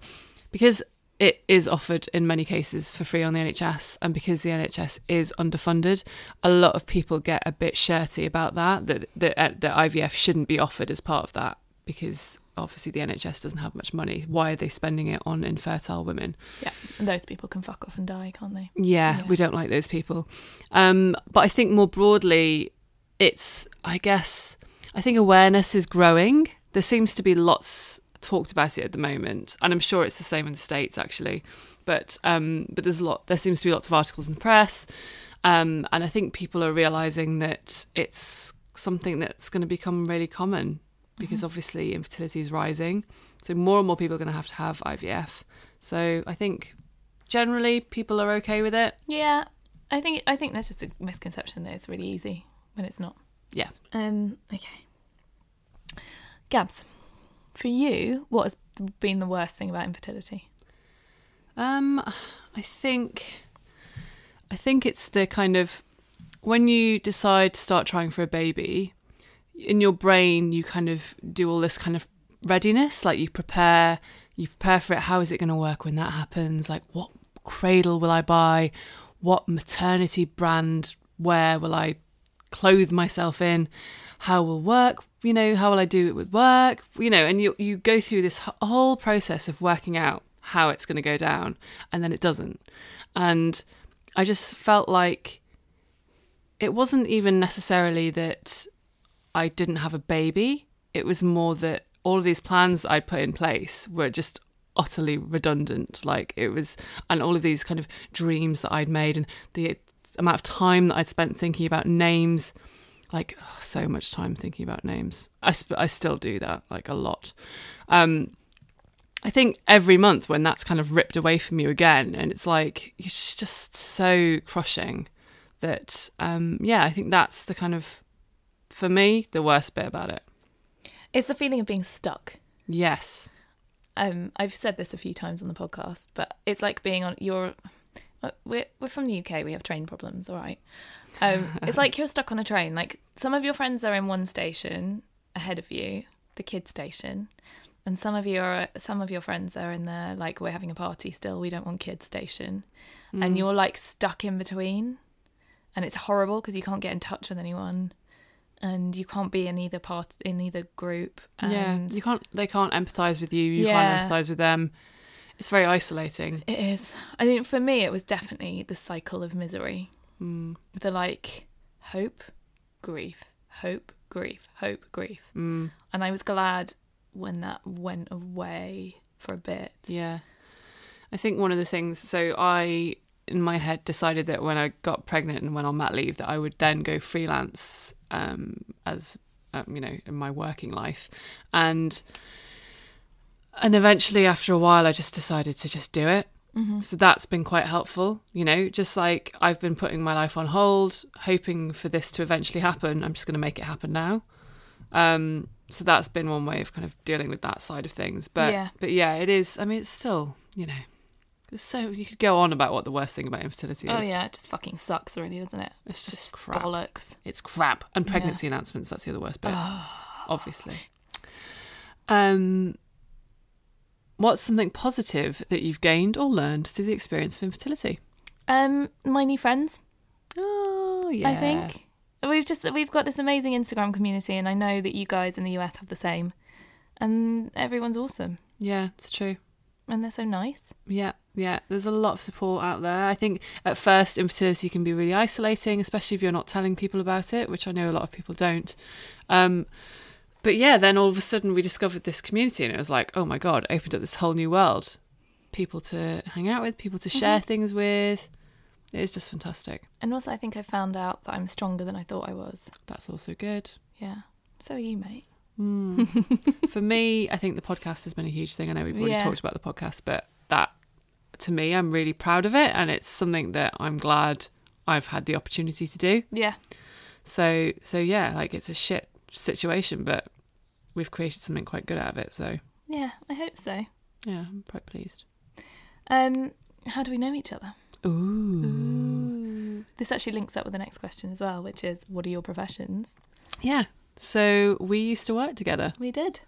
C: because it is offered in many cases for free on the NHS and because the NHS is underfunded, a lot of people get a bit shirty about that that that, uh, that IVF shouldn't be offered as part of that because obviously the NHS doesn't have much money. Why are they spending it on infertile women?
D: Yeah, and those people can fuck off and die, can't they?
C: Yeah,
D: Yeah.
C: we don't like those people. Um, but I think more broadly, it's, I guess, I think awareness is growing. There seems to be lots talked about it at the moment, and I'm sure it's the same in the States actually. But um, but there's a lot. There seems to be lots of articles in the press, um, and I think people are realizing that it's something that's going to become really common because obviously infertility is rising, so more and more people are going to have to have IVF. So I think generally people are okay with it.
D: Yeah, I think I think that's just a misconception that it's really easy when it's not.
C: Yeah.
D: Um, okay. Gabs, for you, what has been the worst thing about infertility?
C: Um, I think, I think it's the kind of when you decide to start trying for a baby, in your brain you kind of do all this kind of readiness, like you prepare, you prepare for it. How is it going to work when that happens? Like, what cradle will I buy? What maternity brand? Where will I clothe myself in? How will work? You know, how will I do it with work? You know, and you you go through this h- whole process of working out how it's going to go down, and then it doesn't. And I just felt like it wasn't even necessarily that I didn't have a baby. It was more that all of these plans I put in place were just utterly redundant. Like it was, and all of these kind of dreams that I'd made and the amount of time that I'd spent thinking about names, like oh, so much time thinking about names. I, sp- I still do that, like a lot. Um, I think every month when that's kind of ripped away from you again, and it's like it's just so crushing that um, yeah, I think that's the kind of for me the worst bit about it.
D: It's the feeling of being stuck.
C: Yes,
D: Um, I've said this a few times on the podcast, but it's like being on your. We're we're from the UK. We have train problems, all right. Um, it's like you're stuck on a train. Like some of your friends are in one station ahead of you, the kids station, and some of your some of your friends are in the like we're having a party still. We don't want kids station, and you're like stuck in between, and it's horrible because you can't get in touch with anyone, and you can't be in either part in either group. And
C: yeah, you can't. They can't empathise with you. You
D: Yeah.
C: can't empathise with them. It's very isolating.
D: It is. I think for me, it was definitely the cycle of misery.
C: Hmm.
D: Mm. The like hope, grief, hope, grief, hope, grief.
C: Hmm.
D: Mm. And I was glad when that went away for a bit.
C: Yeah, I think one of the things. So I, in my head, decided that when I got pregnant and went on mat leave, that I would then go freelance um, as um, you know in my working life, and and eventually after a while, I just decided to just do it.
D: Mm-hmm.
C: So that's been quite helpful, you know. Just like I've been putting my life on hold, hoping for this to eventually happen. I'm just going to make it happen now. Um, so that's been one way of kind of dealing with that side of things. But
D: Yeah.
C: but yeah, it is. I mean, it's still you know, it's so you could go on about what the worst thing about infertility is.
D: Oh yeah, it just fucking sucks, really, doesn't it?
C: It's just crap.
D: bollocks.
C: It's crap. And pregnancy announcements. That's the other worst bit, Oh. obviously. Um, what's something positive that you've gained or learned through the experience of infertility?
D: Um, my new friends.
C: Oh yeah,
D: I think we've just we've got this amazing Instagram community, and I know that you guys in the US have the same. And everyone's awesome,
C: Yeah, it's true.
D: and they're so nice.
C: Yeah, yeah. There's a lot of support out there. I think at first infertility can be really isolating, especially if you're not telling people about it, which I know a lot of people don't. Um, but yeah, then all of a sudden we discovered this community, and it was like, oh my god, it opened up this whole new world, people to hang out with, people to share things with. It is just fantastic.
D: And also, I think I found out that I'm stronger than I thought I was.
C: That's also good.
D: Yeah. So are you, mate.
C: For me, I think the podcast has been a huge thing. I know we've already
D: Yeah.
C: talked about the podcast, but that to me, I'm really proud of it, and it's something that I'm glad I've had the opportunity to do.
D: Yeah.
C: So, so yeah, like it's a shit situation, but we've created something quite good out of it. So,
D: Yeah, I hope so.
C: yeah, I'm quite pleased.
D: Um, how do we know each other?
C: Ooh,
D: This actually links up with the next question as well, which is what are your professions?
C: yeah. So we used to work together.
D: We did.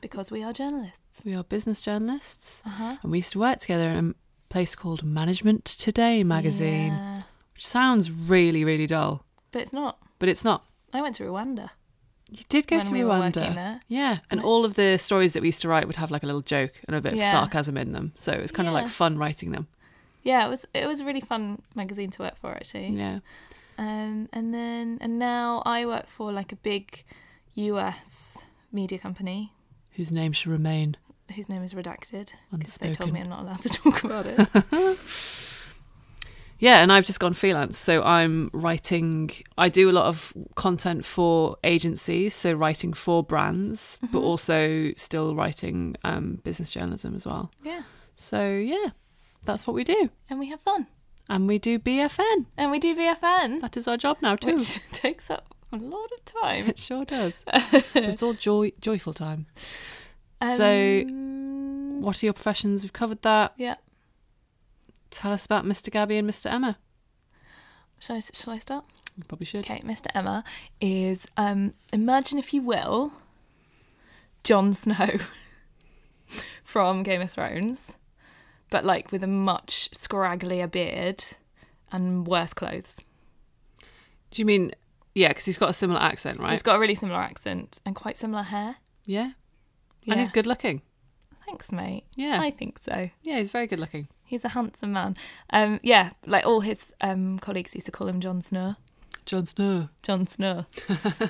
D: Because we are journalists.
C: We are business journalists,
D: Uh-huh.
C: and we used to work together in a place called Management Today magazine,
D: Yeah.
C: which sounds really, really dull,
D: Uh, But it's not.
C: but it's not.
D: I went to Rwanda.
C: You did go
D: When
C: to
D: we were
C: Rwanda.
D: working there.
C: Yeah. And all of the stories that we used to write would have like a little joke and a bit
D: Yeah.
C: of sarcasm in them. So it was kind of
D: Yeah.
C: like fun writing them.
D: Yeah, it was it was a really fun magazine to work for actually.
C: Yeah.
D: Um and then and now I work for like a big US media company
C: Whose name should remain
D: whose name is redacted because they told
C: Unspoken.
D: me I'm not allowed to talk about it.
C: Yeah, and I've just gone freelance. So I'm writing, I do a lot of content for agencies, so writing for brands,
D: Mm-hmm.
C: but also still writing um, business journalism as well.
D: yeah.
C: So yeah, that's what we do.
D: And we have fun.
C: And we do BFN.
D: And we do VFN,
C: That is our job now too.
D: which takes up a lot of time.
C: It sure does. But it's all joy joyful time. So-
D: Um,
C: What are your professions? We've covered that.
D: yeah.
C: Tell us about Mr. Gabby and Mr. Emma.
D: Shall I, shall I start?
C: You probably should.
D: Okay, Mr. Emma is um, imagine if you will, Jon Snow from Game of Thrones, but like with a much scragglier beard and worse clothes.
C: Do you mean yeah? Because he's got a similar accent, right?
D: He's got a really similar accent and quite similar hair.
C: yeah. and he's
D: Yeah.
C: good looking.
D: Thanks, mate.
C: Yeah.
D: I think so.
C: Yeah, he's very good looking.
D: He's a handsome man. Um, yeah, like all his um, colleagues used to call him Jon Snow.
C: Jon Snow.
D: Jon Snow.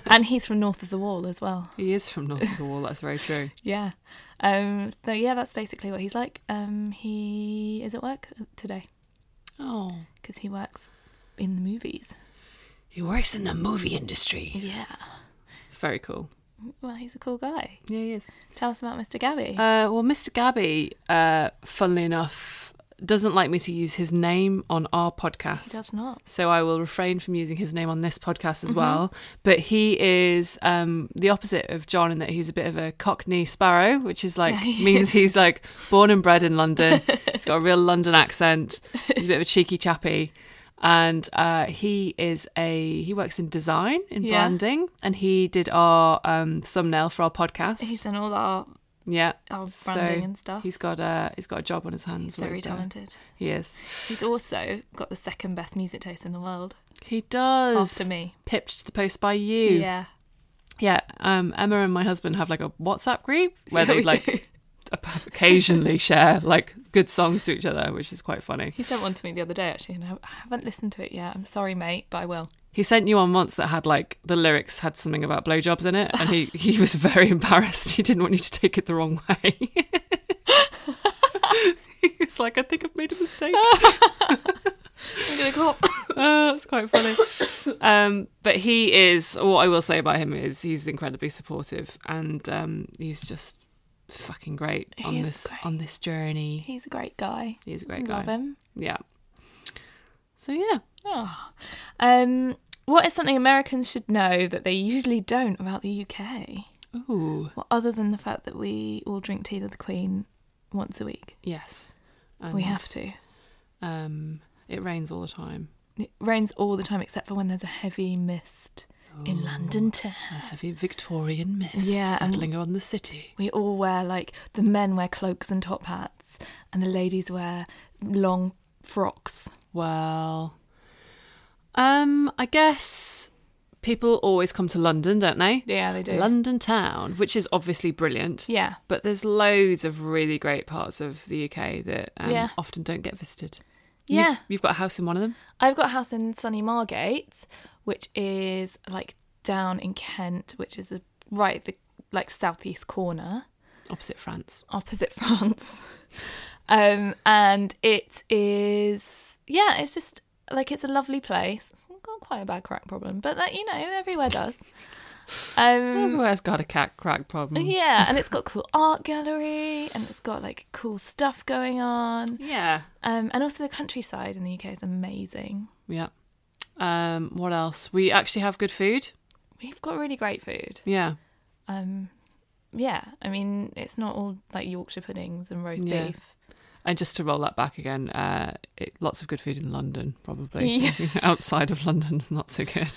D: and he's from north of the wall as well.
C: He is from North of the Wall. That's very true.
D: Yeah. Um, so yeah, that's basically what he's like. Um, he is at work today
C: Oh,
D: because he works in the movies.
C: he works in the movie industry.
D: Yeah.
C: It's very cool.
D: Well, he's a cool guy.
C: Yeah, he is.
D: Tell us about Mr. Gabby.
C: Uh, well, Mr. Gabby, uh, funnily enough, doesn't like me to use his name on our podcast.
D: he does not.
C: So I will refrain from using his name on this podcast
D: Mm-hmm.
C: as well. But he is um, the opposite of John in that he's a bit of a Cockney sparrow, which is like
D: Yeah, he
C: means
D: is.
C: he's like born and bred in London. he's got a real London accent. He's a bit of a cheeky chappy, and uh, he is a he works in design in
D: Yeah.
C: branding, and he did our um, thumbnail for our podcast.
D: He's done all our,
C: yeah,
D: our
C: So
D: branding and stuff. He's,
C: he's got a he's got a job on his hands. with,
D: very
C: uh,
D: talented.
C: He is.
D: He's also got the second best music taste in the world
C: He does.
D: after me.
C: Pipped to the post by you.
D: Yeah.
C: Yeah, um, Emma and my husband have like a WhatsApp group where
D: Yeah,
C: they
D: we
C: like
D: do.
C: occasionally share like good songs to each other, which is quite funny.
D: He sent one to me the other day actually, and I I haven't listened to it yet. I'm sorry, mate, but I will.
C: He sent you one once that had like the lyrics had something about blowjobs in it, and he he was very embarrassed. He didn't want you to take it the wrong way. he was like, "I think I've made a mistake."
D: I'm gonna cough.
C: Uh, that's quite funny. Um, but he is what I will say about him is he's incredibly supportive, and um, he's just fucking great
D: He
C: on
D: is
C: this
D: great.
C: on this journey.
D: He's a great guy.
C: He's a great guy.
D: Love him.
C: Yeah. So yeah,
D: Oh. Um, what is something Americans should know that they usually don't about the UK?
C: ooh,
D: Well, other than the fact that we all drink tea with the Queen once a week,
C: yes, and,
D: we have to.
C: Um, it rains all the time.
D: It rains all the time except for when there's a heavy mist in London town.
C: A heavy Victorian mist
D: Yeah, and-
C: settling on the city.
D: We all wear like the men wear cloaks and top hats, and the ladies wear long frocks.
C: Well, um, I guess people always come to London, don't they?
D: Yeah, they do.
C: London town, which is obviously brilliant.
D: Yeah,
C: But there's loads of really great parts of the UK that um,
D: Yeah.
C: often don't get visited.
D: yeah.
C: You've, you've got a house in one of them?
D: I've got a house in Sunny Margate, which is like down in Kent, which is the right the like southeast corner
C: Opposite France.
D: opposite France. Um, and it is yeah, it's just like it's a lovely place. It's got quite a bad crack problem, but that you know everywhere does. Um,
C: Everywhere's got a cat crack problem.
D: yeah, and it's got cool art gallery, and it's got like cool stuff going on.
C: Yeah.
D: Um, and also the countryside in the UK is amazing.
C: Yeah. Um, what else? We actually have good food.
D: We've got really great food.
C: Yeah.
D: um yeah i mean it's not all like yorkshire puddings and roast
C: Yeah.
D: beef
C: And just to roll that back again, uh, it, lots of good food in London, probably.
D: Yeah.
C: Outside of London's not so good.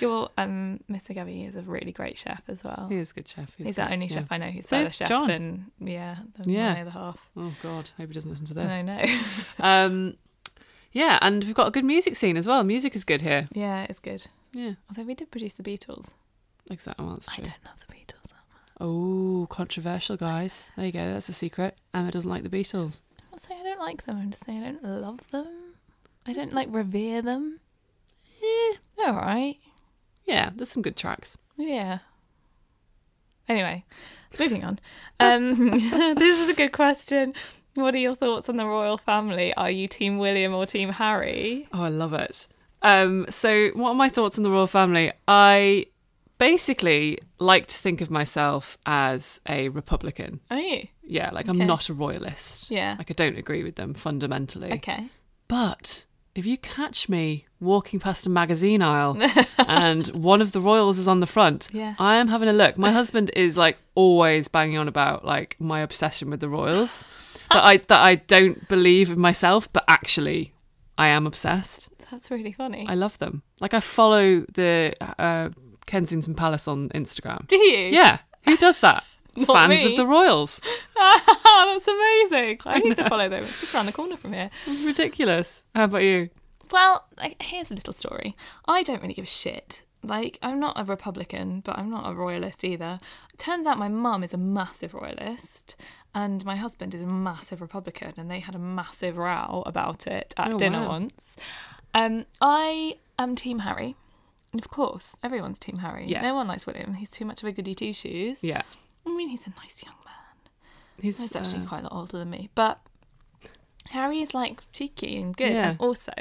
D: your um mr gabby is a really great chef as well
C: He is a good chef.
D: he's
C: good,
D: the Oh. only
C: yeah.
D: chef i know who's
C: So
D: better
C: is
D: chef
C: John.
D: than yeah than
C: Yeah.
D: my other half
C: Oh God, hope he doesn't listen to
D: i
C: this.
D: know
C: Um, yeah, and we've got a good music scene as well. Music is good here.
D: yeah it's good
C: Yeah,
D: although we did produce the beatles
C: exactly. Well, that's
D: i
C: true.
D: don't love the beatles
C: Oh, controversial guys. There you go. That's a secret. Emma doesn't like the Beatles.
D: i'm not saying i don't like them i'm just saying i don't love them i don't like revere them
C: Eh,
D: all right
C: yeah, there's some good tracks.
D: Yeah. Anyway, moving on. Um, this is a good question. What are your thoughts on the royal family? Are you Team William or Team Harry?
C: Oh, I love it. Um, so, what are my thoughts on the royal family? I basically like to think of myself as a Republican.
D: Are you?
C: Yeah, like
D: Okay.
C: I'm not a royalist.
D: Yeah.
C: Like I don't agree with them fundamentally.
D: Okay.
C: But if you catch me walking past a magazine aisle and one of the royals is on the front,
D: Yeah.
C: I am having a look. My husband is like always banging on about like my obsession with the royals. That I that I don't believe in myself, but actually I am obsessed.
D: That's really funny.
C: I love them. Like I follow the uh, Kensington Palace on Instagram.
D: Do you?
C: Yeah, who does that?
D: Not
C: Fans
D: me.
C: of the royals.
D: That's amazing. I, need to follow them. It's just around the corner from here.
C: It's ridiculous. How about you?
D: Well, like, here's a little story. I don't really give a shit. Like, I'm not a Republican, but I'm not a royalist either. Turns out my mum is a massive royalist, and my husband is a massive Republican, and they had a massive row about it at
C: Oh,
D: dinner
C: wow.
D: once. Um, I am Team Harry. And of course, everyone's Team Harry.
C: Yeah.
D: No one likes William. He's too much of a goody two shoes.
C: Yeah,
D: I mean, he's a nice young man.
C: he's
D: He's
C: uh,
D: actually quite a lot older than me, but Harry is like cheeky and good,
C: Yeah.
D: and also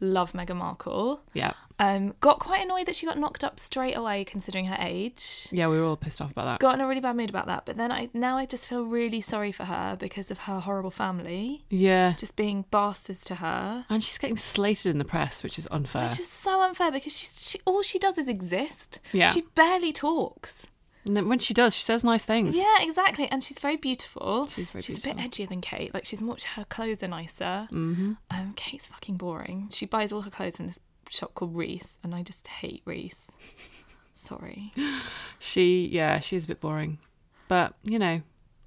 D: love Meghan Markle.
C: yeah,
D: Um, got quite annoyed that she got knocked up straight away, considering her age.
C: yeah. We were all pissed off about that.
D: Got in a really bad mood about that, but then I now I just feel really sorry for her because of her horrible family,
C: Yeah.
D: just being bastards to her.
C: And she's getting slated in the press, which is unfair.
D: Which is so unfair because she's she, all she does is exist.
C: Yeah.
D: She barely talks.
C: And then when she does, she says nice things.
D: Yeah, exactly. And she's very beautiful.
C: She's very
D: She's a bit edgier than Kate. Like she's much her clothes are nicer. Mm-hmm. Um, Kate's fucking boring. She buys all her clothes from this shop called Reese, and I just hate Reese. Sorry.
C: She, yeah, she is a bit boring, but you know,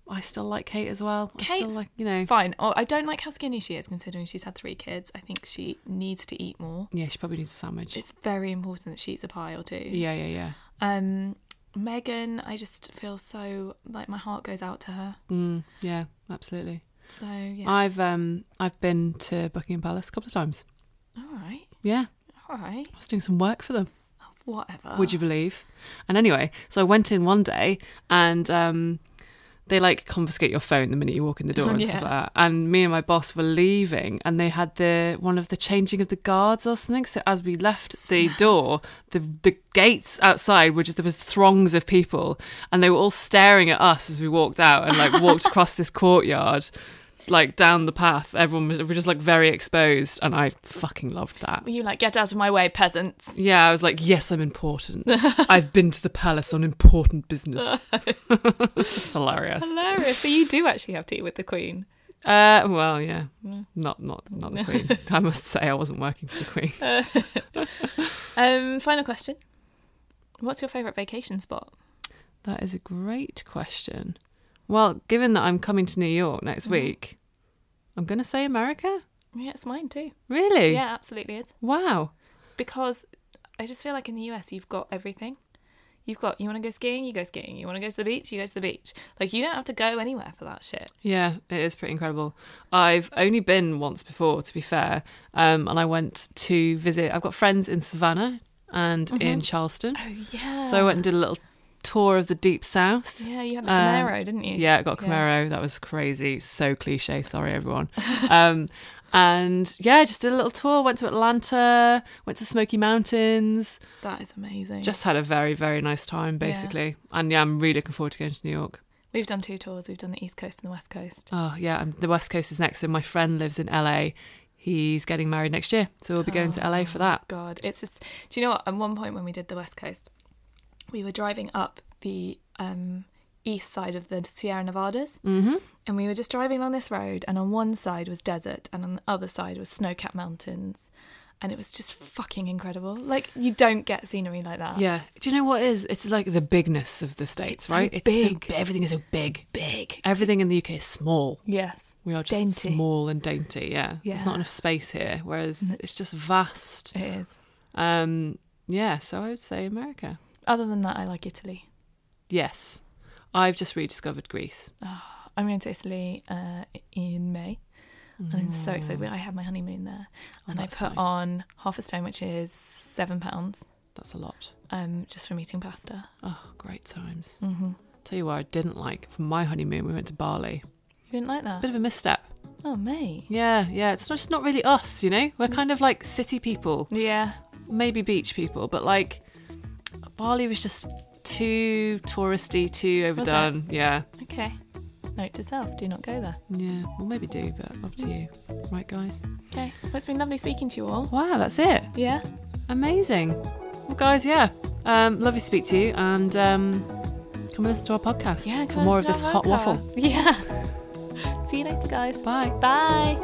C: I still like Kate as well. I still
D: Kate's
C: like, you know,
D: Fine. Oh, I don't like how skinny she is, considering she's had three kids. I think she needs to eat more.
C: yeah, she probably needs a sandwich.
D: It's very important that she eats a pie or two.
C: yeah, yeah, yeah.
D: Um, Megan, I just feel so like my heart goes out to her.
C: Mm, yeah, absolutely.
D: So yeah.
C: I've um I've been to Buckingham Palace a couple of times.
D: all right.
C: Yeah,
D: All right.
C: I was doing some work for them.
D: Whatever.
C: Would you believe? And anyway, so I went in one day and um, they like confiscate your phone the minute you walk in the door and
D: Yeah.
C: stuff like that. And me and my boss were leaving and they had the one of the changing of the guards or something. So as we left the door, the the gates outside were just there was throngs of people and they were all staring at us as we walked out and like walked across this courtyard. Like down the path, everyone was we were just like very exposed, and I fucking loved that.
D: Were you like get out of my way, peasants?
C: Yeah, I was like, yes, I'm important. I've been to the palace on important business. it's hilarious.
D: Hilarious. So you do actually have tea with the Queen.
C: Uh, well, yeah, not not not the queen. I must say, I wasn't working for the queen.
D: Um, final question. What's your favourite vacation spot?
C: That is a great question. Well, given that I'm coming to New York next week, I'm going to say America.
D: Yeah, it's mine too.
C: Really?
D: Yeah, absolutely it's.
C: Wow.
D: Because I just feel like in the US you've got everything. You've got you wanna go skiing, you go skiing. You wanna go to the beach, you go to the beach. Like you don't have to go anywhere for that shit.
C: Yeah, it is pretty incredible. I've only been once before, to be fair, um, and I went to visit. I've got friends in Savannah and in Charleston.
D: Oh yeah.
C: So I went and did a little tour of the deep south.
D: Yeah, you had the
C: Um,
D: Camaro, didn't you?
C: Yeah, I got a Camaro. That was crazy. So cliche. Sorry, everyone. Um, and yeah, just did a little tour. Went to Atlanta. Went to Smoky Mountains.
D: That is amazing. Just
C: Just had a very, very nice time, basically. And yeah, I'm really looking forward to going to New York.
D: we've done two tours, we've done the East Coast and the West Coast.
C: Oh yeah, and the West Coast is next. So my friend lives in LA. He's getting married next year, so we'll be going to LA for that.
D: God, it's just. Do you know what? At one point when we did the West Coast, we were driving up the um, east side of the Sierra Nevadas, mm-hmm. and we were just driving along this road, and on one side was desert, and on the other side was snow-capped mountains, and it was just fucking incredible. Like you don't get scenery like that.
C: Yeah. Do you know what it is? It's like the bigness of the states,
D: Oh, so
C: right? it's so
D: big.
C: bi- everything is so big. Big. Everything in the UK is small.
D: Yes,
C: We are just
D: Dainty.
C: small and dainty. Yeah. There's
D: Yeah. eh.
C: not enough space here, whereas it's just vast.
D: it is.
C: Um, yeah. So I would say America.
D: Other than that, I like Italy.
C: Yes. I've just rediscovered Greece.
D: I'm going to Italy uh, in May. And I'm so excited. I had my honeymoon there. and I
C: Oh, that's
D: put
C: nice.
D: on half a stone, which is seven pounds,
C: That's a lot.
D: um, just from eating pasta.
C: Oh, great times. Mm-hmm. Tell you what, I didn't like. For my honeymoon, we went to Bali.
D: You didn't like
C: A
D: that?
C: bit of a misstep.
D: Oh, me.
C: Yeah, yeah. It's not, it's not really us, you know? We're kind of like city people,
D: Yeah.
C: maybe beach people, but like Bali was just too touristy, too overdone. Yeah.
D: Okay. Note to self: do not go there.
C: Yeah, well, maybe do, but up to you. Right, guys?
D: Okay. Well, it's been lovely speaking to you all.
C: Wow, that's it.
D: Yeah.
C: Amazing. Well, guys, yeah. Um, lovely to speak to you and um, come and listen to our podcast
D: Yeah.
C: for
D: come
C: more of
D: listen
C: this
D: to our
C: hot waffle.
D: podcast. Yeah. See you later, guys.
C: Bye.
D: Bye.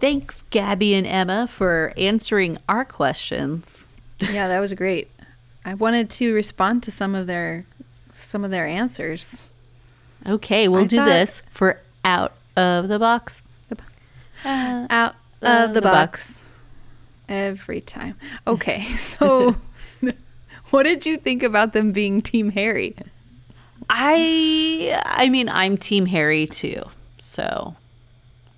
B: Thanks, Gabby and Emma, for answering our questions.
A: yeah, that was great. I wanted to respond to some of their some of their answers.
B: Okay, we'll
A: I
B: do
A: thought-
B: this for out of the box.
A: Out
B: Uh,
A: of the,
B: the
A: box. Every time. Okay, so what did you think about them being Team Harry?
B: I I mean, I'm Team Harry too, so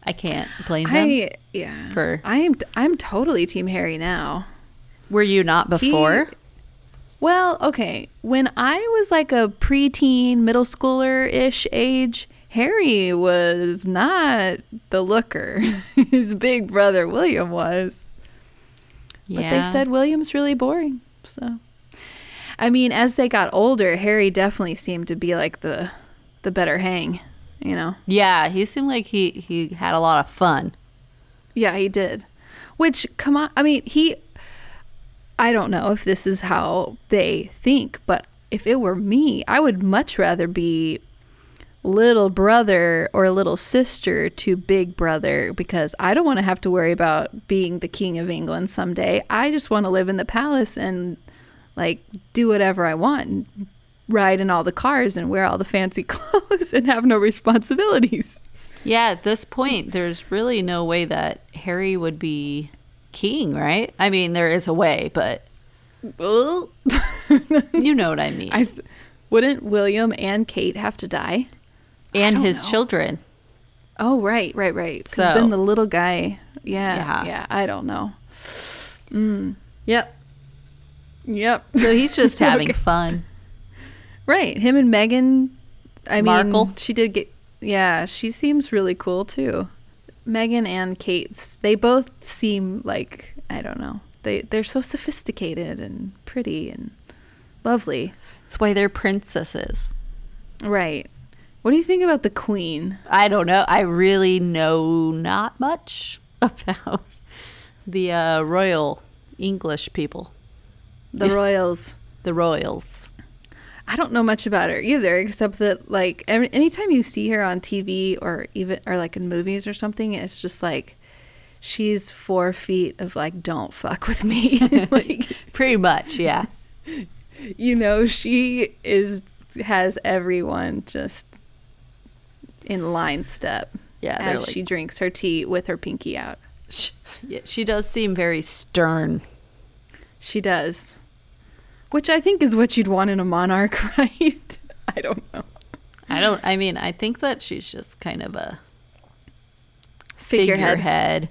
B: I can't blame them.
A: I yeah.
B: For-
A: I am I'm totally Team Harry now.
B: Were you not before?
A: Well, okay. When I was like a preteen, middle schooler ish age, Harry was not the looker. His big brother William was. But they said William's really boring. So I mean, as they got older, Harry definitely seemed to be like the the better hang, you know.
B: Yeah, he seemed like he he had a lot of fun.
A: Yeah, he did. Which come on, I mean, he I don't know if this is how they think, but if it were me, I would much rather be little brother or little sister to big brother because I don't want to have to worry about being the king of England someday. I just want to live in the palace and like do whatever I want and ride in all the cars and wear all the fancy clothes and have no responsibilities.
B: Yeah, at this point, there's really no way that Harry would be king, right? I mean, there is a way, but you know what I mean.
A: I wouldn't William and Kate have to die?
B: and
A: don't
B: his
A: know.
B: children.
A: Oh, right, right, right. 'Cause
B: So-
A: then the little guy. Yeah,
B: Yeah.
A: yeah. I don't know. Mm. Yep. Yep.
B: So he's just having
A: Okay.
B: fun.
A: Right. Him and Megan. I
B: Markle.
A: mean, she did get. Yeah, she seems really cool too. Megan and Kate's. They both seem like I don't know. They they're so sophisticated and pretty and lovely.
B: That's why they're princesses.
A: Right. What do you think about the queen?
B: I don't know. I really know not much about the uh, royal English people,
A: The royals.
B: the royals.
A: I don't know much about her either, except that like every, anytime you see her on TV or even or like in movies or something, it's just like she's four feet of like don't fuck with me. like
B: Pretty much, yeah.
A: you know, she is has everyone just in line step
B: Yeah, they're
A: as
B: like-
A: she drinks her tea with her pinky out.
B: She, yeah, she does seem very stern.
A: She does, which I think is what you'd want in a monarch, right? I don't know.
B: I don't. I mean, I think that she's just kind of a
A: Figurehead.
B: figurehead.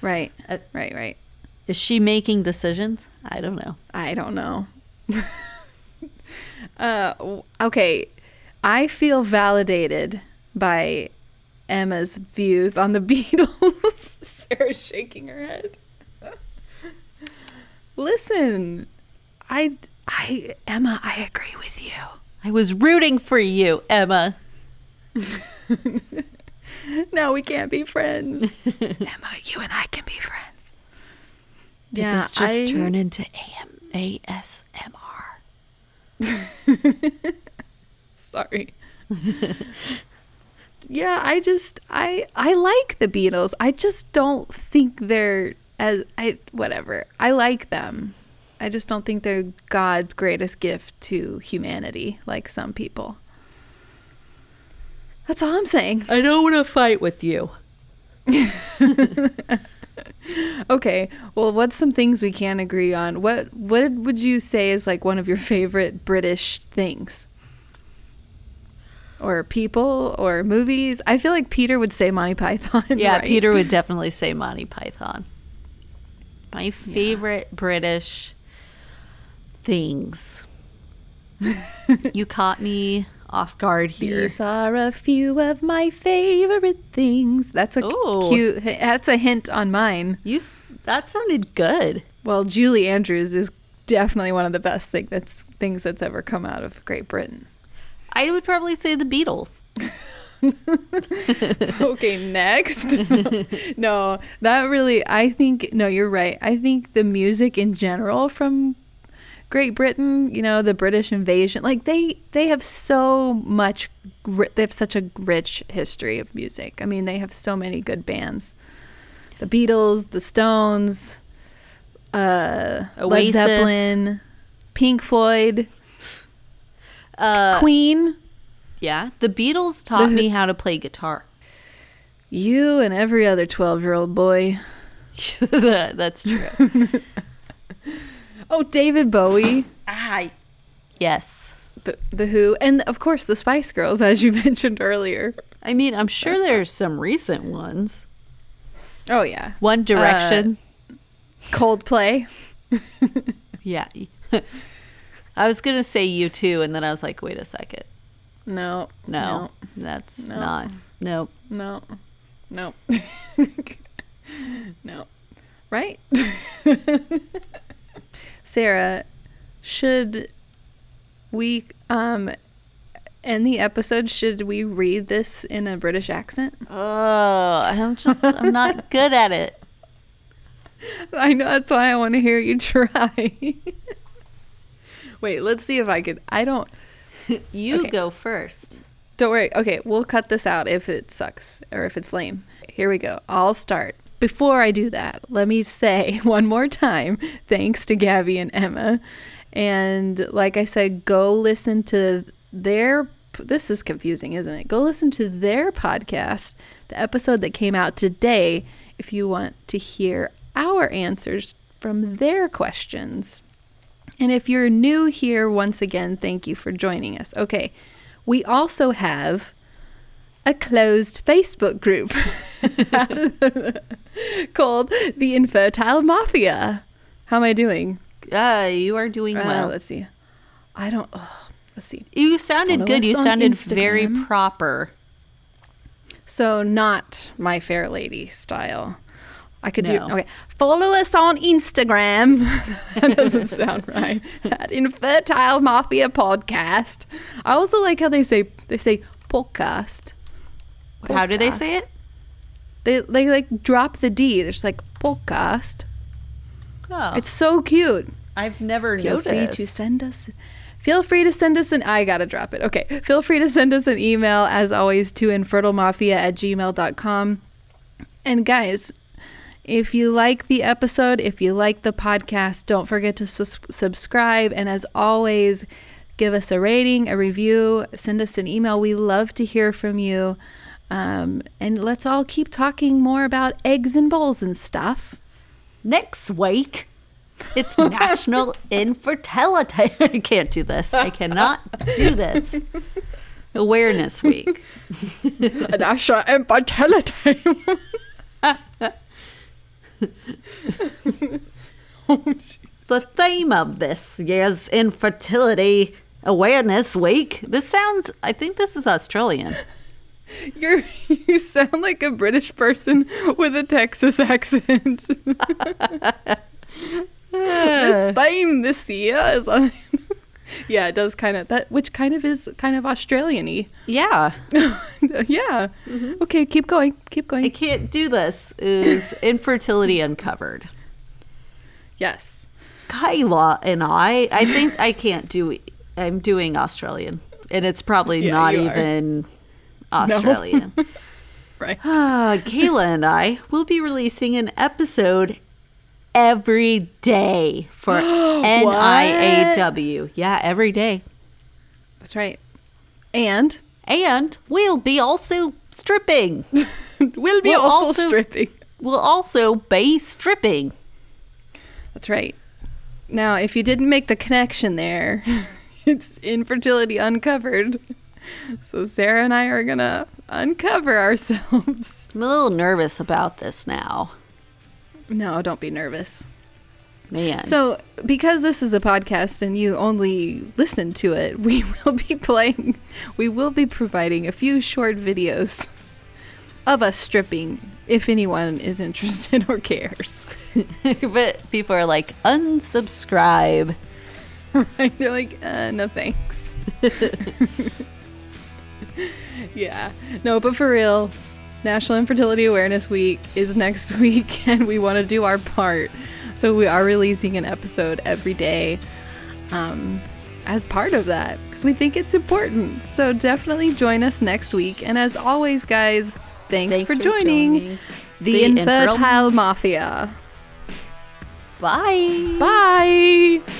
A: Right,
B: Uh,
A: right, right.
B: Is she making decisions? I don't know.
A: I don't know. uh, w- okay, I feel validated by Emma's views on the Beatles. Sarah's shaking her head. Listen, I, I, Emma, I agree with you.
B: I was rooting for you, Emma.
A: No, we can't be friends. Emma, you and I can be friends.
B: Did this just turn into AM, ASMR?
A: Sorry. yeah, I just I I like the Beatles. I just don't think they're as I whatever. I like them. I just don't think they're God's greatest gift to humanity like some people. That's all I'm saying.
B: I don't want to fight with you.
A: Okay. Well, what's some things we can agree on? What what would you say is like one of your favorite British things? Or people or movies? I feel like Peter would say Monty Python.
B: Yeah,
A: right?
B: Peter would definitely say Monty Python. My favorite British things. you caught me off guard here.
A: These are a few of my favorite things. That's a c-
B: Ooh.
A: cute. That's a hint on mine.
B: You s- that sounded good.
A: Well, Julie Andrews is definitely one of the best thing that's things that's ever come out of Great Britain.
B: I would probably say the Beatles.
A: okay, next. no, that really. I think no, you're right. I think the music in general from Great Britain, you know, the British invasion, like they they have so much. ri- They have such a rich history of music. I mean, they have so many good bands. The Beatles, the Stones, uh,
B: Oasis.
A: Led Zeppelin, Pink Floyd,
B: Uh,
A: Queen.
B: yeah, the Beatles taught
A: The-
B: me how to play guitar.
A: You and every other twelve-year-old boy.
B: That's true.
A: Oh, David Bowie.
B: I, yes.
A: the, the Who, and of course the Spice Girls, as you mentioned earlier.
B: I mean, I'm sure there's some recent ones.
A: Oh yeah,
B: One Direction.
A: Coldplay.
B: yeah. I was gonna say you too, and then I was like, wait a second.
A: No,
B: No, that's
A: No.
B: not. No.
A: no, no, no. Right, Sarah. Should we um end the episode? Should we read this in a British accent?
B: Oh, I'm just. I'm not good at it.
A: I know that's why I want to hear you try. Wait, let's see if I could. I don't.
B: You
A: Okay.
B: go first.
A: Don't worry. Okay, we'll cut this out if it sucks or if it's lame. Here we go. I'll start. Before I do that, let me say one more time thanks to Gabby and Emma. And like I said, go listen to their. This is confusing, isn't it? Go listen to their podcast, the episode that came out today, if you want to hear our answers from their questions. And if you're new here, once again, thank you for joining us. Okay, we also have a closed Facebook group called the Infertile Mafia. How am I doing?
B: Uh, you are doing
A: Uh,
B: well.
A: let's see. I don't. ugh, let's see.
B: You sounded
A: Follow
B: good.
A: us
B: You
A: on
B: sounded very
A: Instagram.
B: proper.
A: So not my fair lady style. I could
B: No.
A: do okay. Follow us on Instagram. that doesn't sound right. At Infertile Mafia Podcast. I also like how they say they say podcast.
B: How do they say it?
A: They they like drop the D. They're just like podcast.
B: Oh,
A: It's so cute.
B: I've never
A: Feel free to
B: noticed.
A: send us. Feel free to send us an. I gotta drop it. Okay. Feel free to send us an email, as always, to infertilemafia at gmail.com. And guys, if you like the episode, if you like the podcast, don't forget to sus- subscribe. And as always, give us a rating, a review, send us an email. We love to hear from you. Um, and let's all keep talking more about eggs and bowls and stuff.
B: Next week, it's National Infertility. I can't do this. I cannot do this. Awareness Week.
A: National Infertility.
B: The theme of this year's Infertility Awareness Week. This sounds, I think this is Australian.
A: You're, you sound like a British person with a Texas accent. this theme this year is on. yeah, it does kind of that, which kind of is kind of Australian-y.
B: Yeah,
A: yeah. Okay, keep going. Keep
B: I
A: going.
B: can't do this. Is Infertility Uncovered?
A: Yes.
B: Kyla and I, I think I can't do. e, I'm doing Australian, and it's probably
A: Yeah,
B: not
A: you are.
B: even Australian.
A: Right.
B: Ah, Kayla and I will be releasing an episode every day for NIAW. Yeah, every day,
A: That's right. And
B: and we'll be also stripping.
A: we'll be
B: We'll
A: also,
B: also-
A: stripping.
B: we'll also be stripping.
A: That's right. Now, if you didn't make the connection there, it's infertility uncovered. So Sarah and I are gonna uncover ourselves.
B: I'm a little nervous about this now.
A: No, don't be nervous.
B: man.
A: So, because this is a podcast and you only listen to it, we will be playing, we will be providing a few short videos of us stripping if anyone is interested or cares.
B: but people are like, unsubscribe.
A: Right? They're like, uh, no thanks. yeah. No, but for real, National Infertility Awareness Week is next week, and we want to do our part. So we are releasing an episode every day um, as part of that because we think it's important. So definitely join us next week. And as always, guys, thanks,
B: Thanks
A: for, joining, the,
B: The Infertile
A: Infertile Mafia.
B: Bye.
A: Bye.